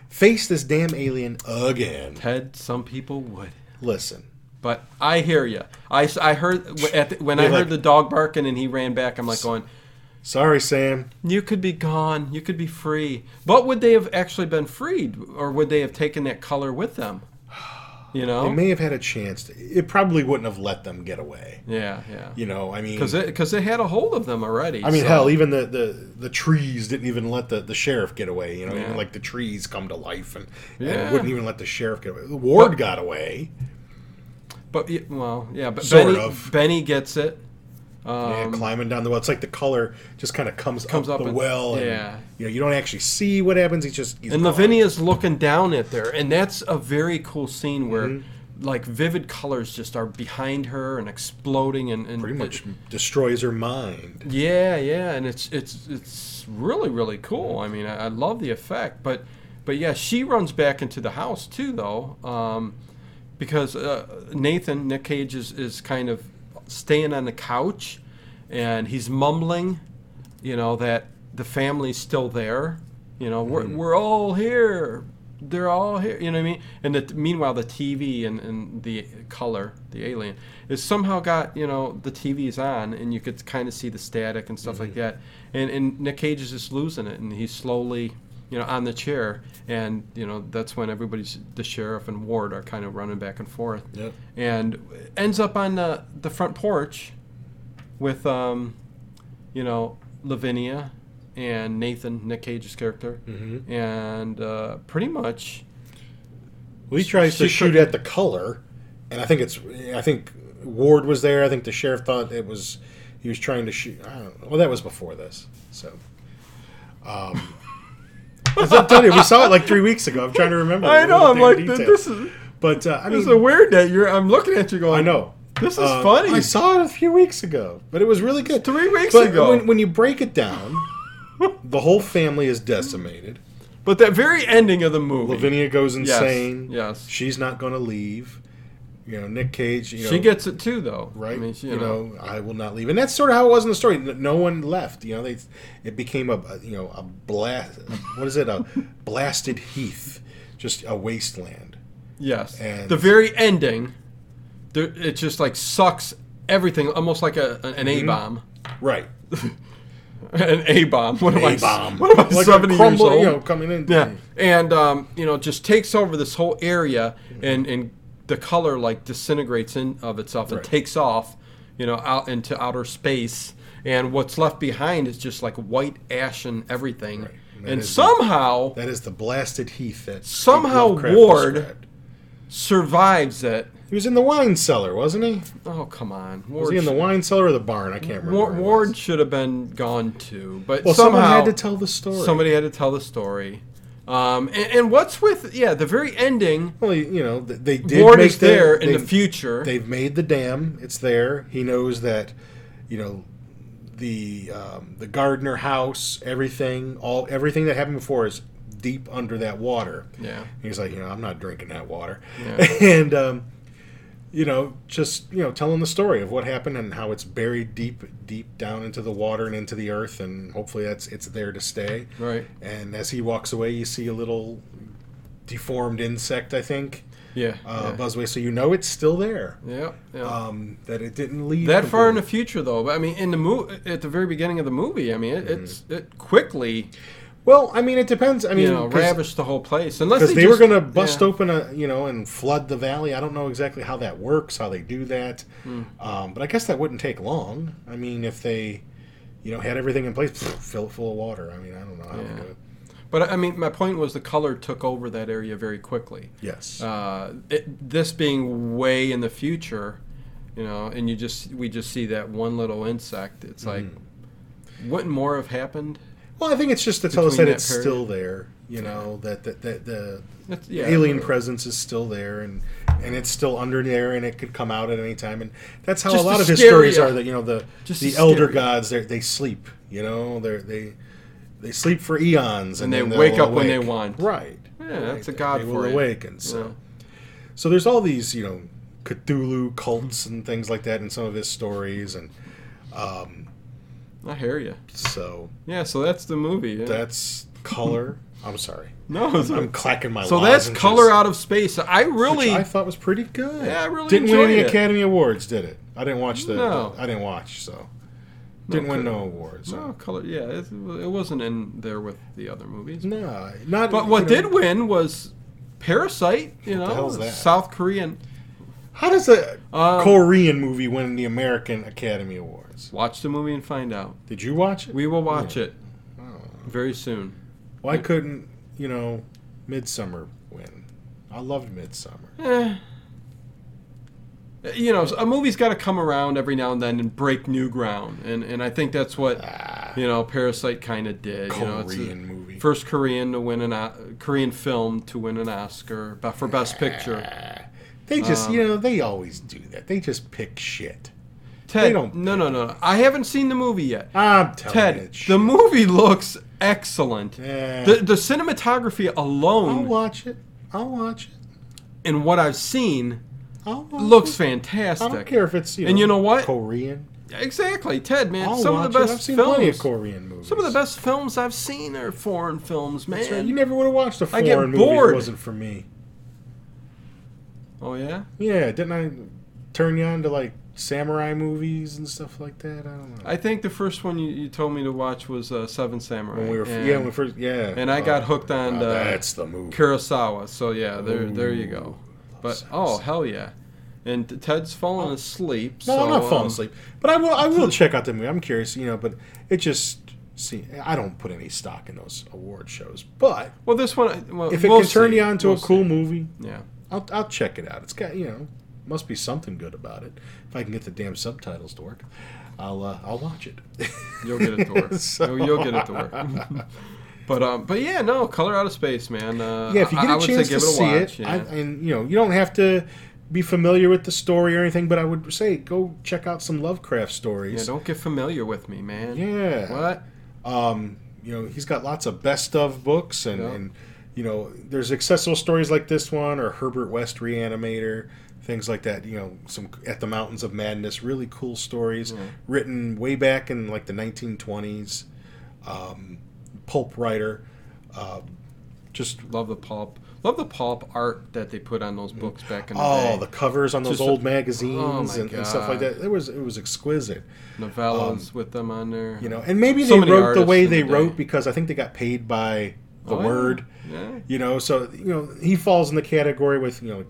Speaker 10: Face this damn alien again.
Speaker 9: Ted, some people would.
Speaker 10: Listen,
Speaker 9: But I hear you. I, s- I heard w- at the, when I
Speaker 10: You're
Speaker 9: heard
Speaker 10: like-
Speaker 9: the dog barking and he ran back. I'm like going,
Speaker 10: sorry, Sam.
Speaker 9: you could be gone. You could be free. But would they have actually been freed, or would they have taken that color with them? You
Speaker 10: They
Speaker 9: know.
Speaker 10: may have had a chance. To, it probably wouldn't have let them get away.
Speaker 9: yeah, yeah.
Speaker 10: You know, I mean,
Speaker 9: because because they had a hold of them already.
Speaker 10: I mean,
Speaker 9: so-
Speaker 10: hell, even the, the, the trees didn't even let the, the sheriff get away. You know,
Speaker 9: Yeah.
Speaker 10: even like the trees come to life and,
Speaker 9: Yeah.
Speaker 10: and wouldn't even let the sheriff get away. Ward got away.
Speaker 9: But y- well, yeah, but
Speaker 10: Sort
Speaker 9: Benny,
Speaker 10: of.
Speaker 9: Benny gets it. Um,
Speaker 10: yeah, climbing down the well. It's like the color just kind of comes,
Speaker 9: Comes
Speaker 10: up,
Speaker 9: up
Speaker 10: the
Speaker 9: and-
Speaker 10: well. And,
Speaker 9: yeah.
Speaker 10: You know, you don't actually see what happens. He's just he's
Speaker 9: and
Speaker 10: gone.
Speaker 9: Lavinia's looking down at there, and that's a very cool scene where
Speaker 10: Mm-hmm.
Speaker 9: like vivid colors just are behind her and exploding and, and
Speaker 10: Pretty much destroys her mind.
Speaker 9: yeah, yeah, and it's it's it's really really cool. I mean, I, I love the effect, but but yeah, she runs back into the house too, though, um, because uh, Nathan Nick Cage is is kind of staying on the couch, and he's mumbling, you know, that the family's still there, you know, we're we're all here. They're all here, you know what I mean. And the, meanwhile, the TV and, and the color, the alien, is somehow got you know the TV's on, and you could kind of see the static and stuff like that. And and Nick Cage is just losing it, and he's slowly, you know, on the chair, and you know that's when everybody's the sheriff and Ward are kind of running back and forth,
Speaker 10: Yep.
Speaker 9: and ends up on the the front porch with um, you know, Lavinia and Nathan, Nick Cage's character, and uh, pretty much,
Speaker 10: Well, he tries to
Speaker 9: She
Speaker 10: shoot
Speaker 9: could-
Speaker 10: at the color, and I think it's. I think Ward was there. I think the sheriff thought it was. He was trying to shoot. I don't know. Well, that was before this, so. Um, as I'm telling you, we saw it like three weeks ago. I'm trying to remember.
Speaker 9: I know,
Speaker 10: the
Speaker 9: I'm
Speaker 10: damn
Speaker 9: like,
Speaker 10: detail.
Speaker 9: this is-
Speaker 10: But uh, I mean,
Speaker 9: it's a weird that you're. I'm looking at you going,
Speaker 10: I know.
Speaker 9: this is
Speaker 10: Uh,
Speaker 9: funny.
Speaker 10: I saw it a few weeks ago, but it was really good.
Speaker 9: Three weeks
Speaker 10: But
Speaker 9: ago.
Speaker 10: When, when you break it down, the whole family is decimated.
Speaker 9: But that very ending of the movie,
Speaker 10: Lavinia goes insane.
Speaker 9: yes.
Speaker 10: She's not going to leave. You know, Nick Cage. You know,
Speaker 9: she gets it too, though.
Speaker 10: right.
Speaker 9: I mean, she-
Speaker 10: you, know, I will not leave, and that's sort of how it was in the story. N- No one left. You know, they it became a a- you know a blast. What is it? A blasted heath, just a wasteland.
Speaker 9: yes.
Speaker 10: and-
Speaker 9: the very ending, there, it just like sucks everything, almost like a, an
Speaker 10: Mm-hmm.
Speaker 9: A bomb.
Speaker 10: Right.
Speaker 9: An A bomb. What am I? s-
Speaker 10: A-bomb.
Speaker 9: What am I?
Speaker 10: Like a
Speaker 9: Seventy years
Speaker 10: crumbling,
Speaker 9: old.
Speaker 10: you know, coming in.
Speaker 9: Yeah, and um, you know, just takes over this whole area, and and the color like disintegrates in of itself and
Speaker 10: Right.
Speaker 9: takes off, you know, out into outer space, and what's left behind is just like white ash and everything,
Speaker 10: And that
Speaker 9: and
Speaker 10: is the-
Speaker 9: somehow
Speaker 10: That is the blasted heath that
Speaker 9: Somehow
Speaker 10: Lovecraft
Speaker 9: Ward-
Speaker 10: described.
Speaker 9: survives it.
Speaker 10: He was in the wine cellar, wasn't he?
Speaker 9: Oh come on, Ward,
Speaker 10: Was he in the
Speaker 9: sh-
Speaker 10: wine cellar or the barn? I can't remember.
Speaker 9: Wa-
Speaker 10: where he
Speaker 9: Ward
Speaker 10: was.
Speaker 9: should have been gone too, but
Speaker 10: Well,
Speaker 9: somehow
Speaker 10: someone had to tell the story.
Speaker 9: somebody had to tell the story. Um, and, and what's with yeah the very ending?
Speaker 10: Well, you know, th- they did.
Speaker 9: Ward
Speaker 10: make
Speaker 9: is there
Speaker 10: the,
Speaker 9: in the
Speaker 10: they've-
Speaker 9: future.
Speaker 10: They've made the dam. It's there. He knows that, you know, the um, the Gardner house, everything, all everything that happened before is deep under that water.
Speaker 9: Yeah.
Speaker 10: He's like, you know, I'm not drinking that water.
Speaker 9: Yeah.
Speaker 10: and um, you know, just you know, telling the story of what happened and how it's buried deep, deep down into the water and into the earth, and hopefully that's it's there to stay.
Speaker 9: Right.
Speaker 10: And as he walks away, you see a little deformed insect, I think,
Speaker 9: Yeah.
Speaker 10: uh,
Speaker 9: yeah.
Speaker 10: buzzway. So you know it's still there.
Speaker 9: Yeah, yeah.
Speaker 10: Um, that it didn't leave
Speaker 9: that far in the
Speaker 10: completely.
Speaker 9: future, though. But I mean, in the mo- at the very beginning of the movie, I mean, it,
Speaker 10: Mm-hmm.
Speaker 9: it's it quickly
Speaker 10: Well, I mean, it depends. I mean,
Speaker 9: you know ravished the whole place. Unless
Speaker 10: because they, were
Speaker 9: just-
Speaker 10: going to bust
Speaker 9: yeah.
Speaker 10: open a you know and flood the valley. I don't know exactly how that works, how they do that,
Speaker 9: Hmm.
Speaker 10: um, but I guess that wouldn't take long. I mean, if they you know had everything in place, pff, fill it full of water. I mean, I don't know how
Speaker 9: Yeah.
Speaker 10: to do it.
Speaker 9: But I mean, my point was the color took over that area very quickly.
Speaker 10: Yes,
Speaker 9: Uh, it, this being way in the future, you know, and you just we just see that one little insect. It's like,
Speaker 10: Mm-hmm.
Speaker 9: wouldn't more have happened?
Speaker 10: Well, I think it's just to tell us
Speaker 9: Between
Speaker 10: that
Speaker 9: that
Speaker 10: it's
Speaker 9: period.
Speaker 10: still there. You know that that, that the
Speaker 9: That's- yeah.
Speaker 10: alien presence is still there, and and it's still under there, and it could come out at any time. And that's how
Speaker 9: Just
Speaker 10: a lot
Speaker 9: the
Speaker 10: of his
Speaker 9: scary-
Speaker 10: stories
Speaker 9: yeah.
Speaker 10: are. That you know the
Speaker 9: Just
Speaker 10: the
Speaker 9: the
Speaker 10: elder
Speaker 9: scary.
Speaker 10: gods they they sleep. You know they they they sleep for eons, and,
Speaker 9: And they
Speaker 10: then they'll
Speaker 9: wake up when they
Speaker 10: awake.
Speaker 9: want.
Speaker 10: Right.
Speaker 9: Yeah, that's a
Speaker 10: They-
Speaker 9: god
Speaker 10: They
Speaker 9: for
Speaker 10: will
Speaker 9: you.
Speaker 10: awaken. So so there's all these you know Cthulhu cults and things like that in some of his stories, and um,
Speaker 9: I hear you.
Speaker 10: so
Speaker 9: Yeah, so that's the movie. Yeah.
Speaker 10: that's color. I'm sorry.
Speaker 9: no, it's-
Speaker 10: I'm clacking my.
Speaker 9: so that's
Speaker 10: lozenges.
Speaker 9: color out of space. I really
Speaker 10: which I thought was pretty good.
Speaker 9: Yeah, I really
Speaker 10: didn't win
Speaker 9: enjoyed
Speaker 10: any
Speaker 9: it.
Speaker 10: Academy Awards, did it? I didn't watch the.
Speaker 9: No.
Speaker 10: I didn't watch, so didn't win no awards.
Speaker 9: No
Speaker 10: So.
Speaker 9: Oh, color. Yeah, it, it wasn't in there with the other movies.
Speaker 10: No, not.
Speaker 9: But what
Speaker 10: you know,
Speaker 9: did win was Parasite. You know,
Speaker 10: the hell's that?
Speaker 9: South Korean.
Speaker 10: How does a
Speaker 9: Um,
Speaker 10: Korean movie win the American Academy Awards?
Speaker 9: Watch the movie and find out.
Speaker 10: Did you watch it?
Speaker 9: We will watch it
Speaker 10: Oh.
Speaker 9: very soon.
Speaker 10: Why couldn't you know Midsummer win? I loved Midsummer.
Speaker 9: You know, a movie's got to come around every now and then and break new ground, and and I think that's what you know Parasite kind of did. you know, it's the
Speaker 10: Ah. Korean movie.
Speaker 9: First
Speaker 10: Ah.
Speaker 9: Korean to win an O- Korean film to win an Oscar but for Best Picture.
Speaker 10: They just,
Speaker 9: Um,
Speaker 10: you know, they always do that. They just pick shit.
Speaker 9: Ted,
Speaker 10: They don't-
Speaker 9: no, no, no, no. I haven't seen the movie yet.
Speaker 10: I'm telling you,
Speaker 9: Ted,
Speaker 10: it's
Speaker 9: the
Speaker 10: shit.
Speaker 9: movie looks excellent.
Speaker 10: Yeah.
Speaker 9: The, the cinematography
Speaker 10: I'll
Speaker 9: alone,
Speaker 10: watch it. I'll watch it.
Speaker 9: in what I've seen,
Speaker 10: I'll watch
Speaker 9: looks
Speaker 10: it.
Speaker 9: fantastic.
Speaker 10: I don't care if it's you know,
Speaker 9: And you know what?
Speaker 10: Korean.
Speaker 9: Exactly, Ted, man.
Speaker 10: I'll
Speaker 9: some
Speaker 10: watch
Speaker 9: of the best
Speaker 10: it. I've seen
Speaker 9: films.
Speaker 10: plenty of Korean movies.
Speaker 9: Some of the best films I've seen are foreign films, man.
Speaker 10: That's right. You never would have watched a
Speaker 9: I
Speaker 10: foreign
Speaker 9: get
Speaker 10: movie if
Speaker 9: bored.
Speaker 10: it wasn't for me.
Speaker 9: oh yeah.
Speaker 10: Yeah, didn't I turn you on to like samurai movies and stuff like that? I don't know.
Speaker 9: I think the first one you, you told me to watch was uh, Seven Samurai.
Speaker 10: when we were
Speaker 9: and,
Speaker 10: yeah, when we first yeah.
Speaker 9: and I got hooked on
Speaker 10: Wow,
Speaker 9: uh,
Speaker 10: that's the movie.
Speaker 9: Kurosawa. So yeah, there there you go. But
Speaker 10: Seven
Speaker 9: oh hell yeah, and Ted's fallen asleep.
Speaker 10: Oh. No,
Speaker 9: so,
Speaker 10: I'm not falling
Speaker 9: um,
Speaker 10: asleep, but I will. I will check out the movie. I'm curious, you know, but it just see. I don't put any stock in those award shows, but
Speaker 9: Well, this one. Well,
Speaker 10: if it
Speaker 9: we'll
Speaker 10: can turn
Speaker 9: see.
Speaker 10: you on to
Speaker 9: We'll
Speaker 10: a cool
Speaker 9: see.
Speaker 10: movie,
Speaker 9: Yeah.
Speaker 10: I'll, I'll check it out. It's got you know, must be something good about it. If I can get the damn subtitles to work, I'll uh, I'll watch it.
Speaker 9: You'll get it to work.
Speaker 10: So-
Speaker 9: you'll, you'll get it to work. but um, but yeah, no, Color Out of Space, man. Uh,
Speaker 10: yeah, if you
Speaker 9: I-
Speaker 10: get
Speaker 9: I
Speaker 10: a
Speaker 9: would say
Speaker 10: chance
Speaker 9: give
Speaker 10: to
Speaker 9: it a
Speaker 10: see
Speaker 9: watch,
Speaker 10: it,
Speaker 9: yeah.
Speaker 10: I, and you know, you don't have to be familiar with the story or anything, but I would say go check out some Lovecraft
Speaker 9: yeah,
Speaker 10: stories.
Speaker 9: don't get familiar with me, man.
Speaker 10: Yeah.
Speaker 9: What?
Speaker 10: um, you know, he's got lots of best of books, and,
Speaker 9: Yeah.
Speaker 10: and you know, there's accessible stories like this one or Herbert West Reanimator, things like that. You know, some at the Mountains of Madness, really cool stories written way back in like the 1920s. Um, pulp writer, uh, just
Speaker 9: Love the pulp. Love the pulp art that they put on those books back in the
Speaker 10: oh
Speaker 9: day.
Speaker 10: the covers on those
Speaker 9: Just-
Speaker 10: old
Speaker 9: oh
Speaker 10: magazines
Speaker 9: my
Speaker 10: and, and stuff like
Speaker 9: God.
Speaker 10: that. It was it was exquisite.
Speaker 9: novellas with them on there.
Speaker 10: Um, You know, and maybe
Speaker 9: So
Speaker 10: they
Speaker 9: many
Speaker 10: wrote the
Speaker 9: artists
Speaker 10: way
Speaker 9: in the
Speaker 10: they
Speaker 9: day.
Speaker 10: wrote because I think they got paid by the
Speaker 9: Oh, yeah.
Speaker 10: word.
Speaker 9: Yeah.
Speaker 10: You know, so you know he falls in the category with you know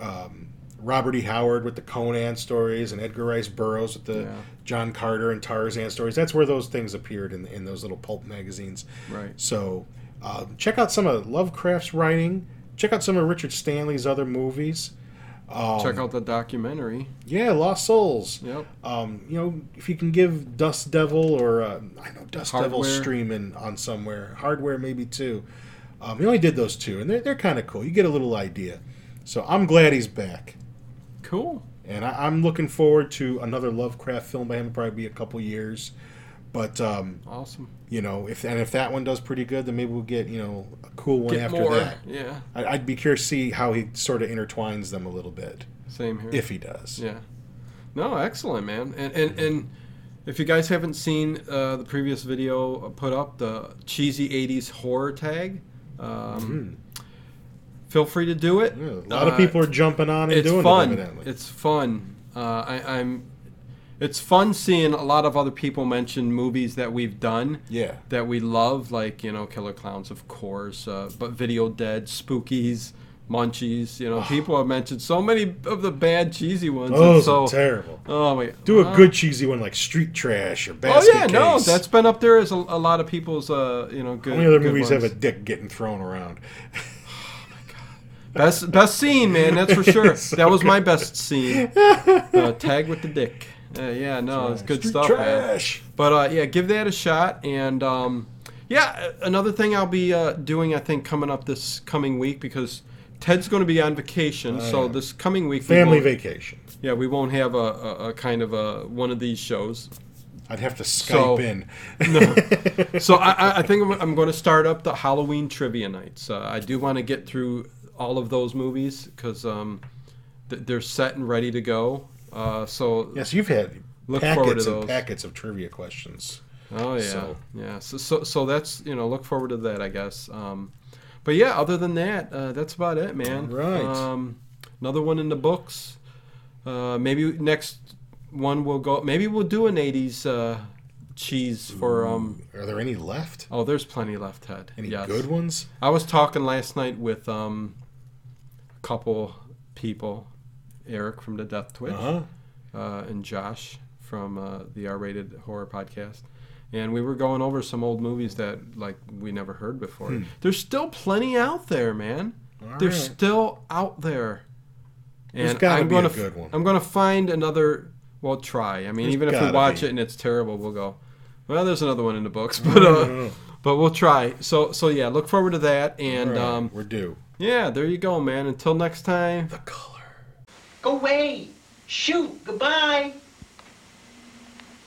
Speaker 10: um, Robert E. Howard with the Conan stories and Edgar Rice Burroughs with the
Speaker 9: Yeah.
Speaker 10: John Carter and Tarzan stories. That's where those things appeared in, in those little pulp magazines.
Speaker 9: Right.
Speaker 10: So um, check out some of Lovecraft's writing. Check out some of Richard Stanley's other movies. Um,
Speaker 9: Check out the documentary.
Speaker 10: yeah, Lost Souls.
Speaker 9: Yep.
Speaker 10: Um, you know, if you can give Dust Devil or uh, I know Dust Devil's
Speaker 9: Hardware.
Speaker 10: streaming on somewhere, hardware maybe too. Um, he only did those two, and they're they're kind of cool. You get a little idea. So I'm glad he's back,
Speaker 9: Cool.
Speaker 10: and I, I'm looking forward to another Lovecraft film by him. It'll probably be a couple years, but um,
Speaker 9: Awesome.
Speaker 10: you know, if and if that one does pretty good, then maybe we'll get you know a cool one
Speaker 9: Get
Speaker 10: after
Speaker 9: more.
Speaker 10: that.
Speaker 9: Yeah.
Speaker 10: I, I'd be curious to see how he sort of intertwines them a little bit,
Speaker 9: Same here.
Speaker 10: if he does.
Speaker 9: Yeah. No, excellent, man. And and, and if you guys haven't seen uh, the previous video uh, put up, the cheesy '80s horror tag, um, feel free to do it.
Speaker 10: Mm-hmm. Yeah, a lot
Speaker 9: Uh,
Speaker 10: of people are jumping on and
Speaker 9: it's
Speaker 10: doing
Speaker 9: fun.
Speaker 10: it. Evidently,
Speaker 9: It's fun. Uh, I, I'm. It's fun seeing a lot of other people mention movies that we've done
Speaker 10: yeah.
Speaker 9: that we love, like you know, Killer Clowns, of course, uh, but Video Dead, Spookies, Munchies. You know, people have mentioned so many of the bad cheesy ones. and
Speaker 10: Those
Speaker 9: so
Speaker 10: are terrible.
Speaker 9: Oh my!
Speaker 10: Do a
Speaker 9: uh,
Speaker 10: good cheesy one like Street Trash or
Speaker 9: Oh
Speaker 10: Basket
Speaker 9: yeah, no,
Speaker 10: Case.
Speaker 9: that's been up there as a, a lot of people's, uh, you know, good.
Speaker 10: how many other
Speaker 9: good
Speaker 10: movies have
Speaker 9: ones.
Speaker 10: a dick getting thrown around?
Speaker 9: best best scene, man. That's for sure.
Speaker 10: So
Speaker 9: that was my best scene. Uh, tag with the dick. Uh, yeah, no, it's good
Speaker 10: Street
Speaker 9: stuff, man.
Speaker 10: Trash.
Speaker 9: But uh, yeah, give that a shot. And um, yeah, a- another thing I'll be uh, doing, I think, coming up this coming week because Ted's going to be on vacation. so this coming week, we
Speaker 10: Oh, Family
Speaker 9: won't-
Speaker 10: Vacation.
Speaker 9: Yeah, we won't have a, a, a kind of a one of these shows.
Speaker 10: I'd have to Skype
Speaker 9: So-
Speaker 10: in.
Speaker 9: so I, I- I think I'm, I'm going to start up the Halloween trivia nights. Uh, I do want to get through all of those movies because um, th- they're set and ready to go. Uh, so
Speaker 10: Yes, you've had
Speaker 9: Look forward
Speaker 10: packets
Speaker 9: to
Speaker 10: and
Speaker 9: those.
Speaker 10: packets of trivia questions.
Speaker 9: oh yeah,
Speaker 10: so-
Speaker 9: yeah. So, so so that's you know look forward to that I guess. Um, but yeah, other than that, uh, that's about it, man.
Speaker 10: All right.
Speaker 9: Um, another one in the books. Uh, maybe next one we'll go. Maybe we'll do an '80s uh, cheese for. Um,
Speaker 10: Are there any left?
Speaker 9: oh, there's plenty left, Ted.
Speaker 10: Any
Speaker 9: yes.
Speaker 10: good ones?
Speaker 9: I was talking last night with um, a couple people, Eric from the Death Twitch,
Speaker 10: Uh huh.
Speaker 9: uh, and Josh from uh, the R-rated horror podcast, and we were going over some old movies that like we never heard before. There's still plenty out there, man. They're
Speaker 10: Hmm. right.
Speaker 9: still out there. And
Speaker 10: There's gotta
Speaker 9: I'm
Speaker 10: be a
Speaker 9: gonna
Speaker 10: good one.
Speaker 9: I'm gonna find another. Well, try. I mean,
Speaker 10: There's
Speaker 9: even if we
Speaker 10: gotta
Speaker 9: watch
Speaker 10: be.
Speaker 9: it and it's terrible, we'll go. Well, there's another one in the books, but uh, but we'll try. So so yeah, look forward to that. And
Speaker 10: All right,
Speaker 9: um,
Speaker 10: we're due.
Speaker 9: yeah, there you go, man. Until next time.
Speaker 10: The color.
Speaker 11: Go away. Shoot. Goodbye.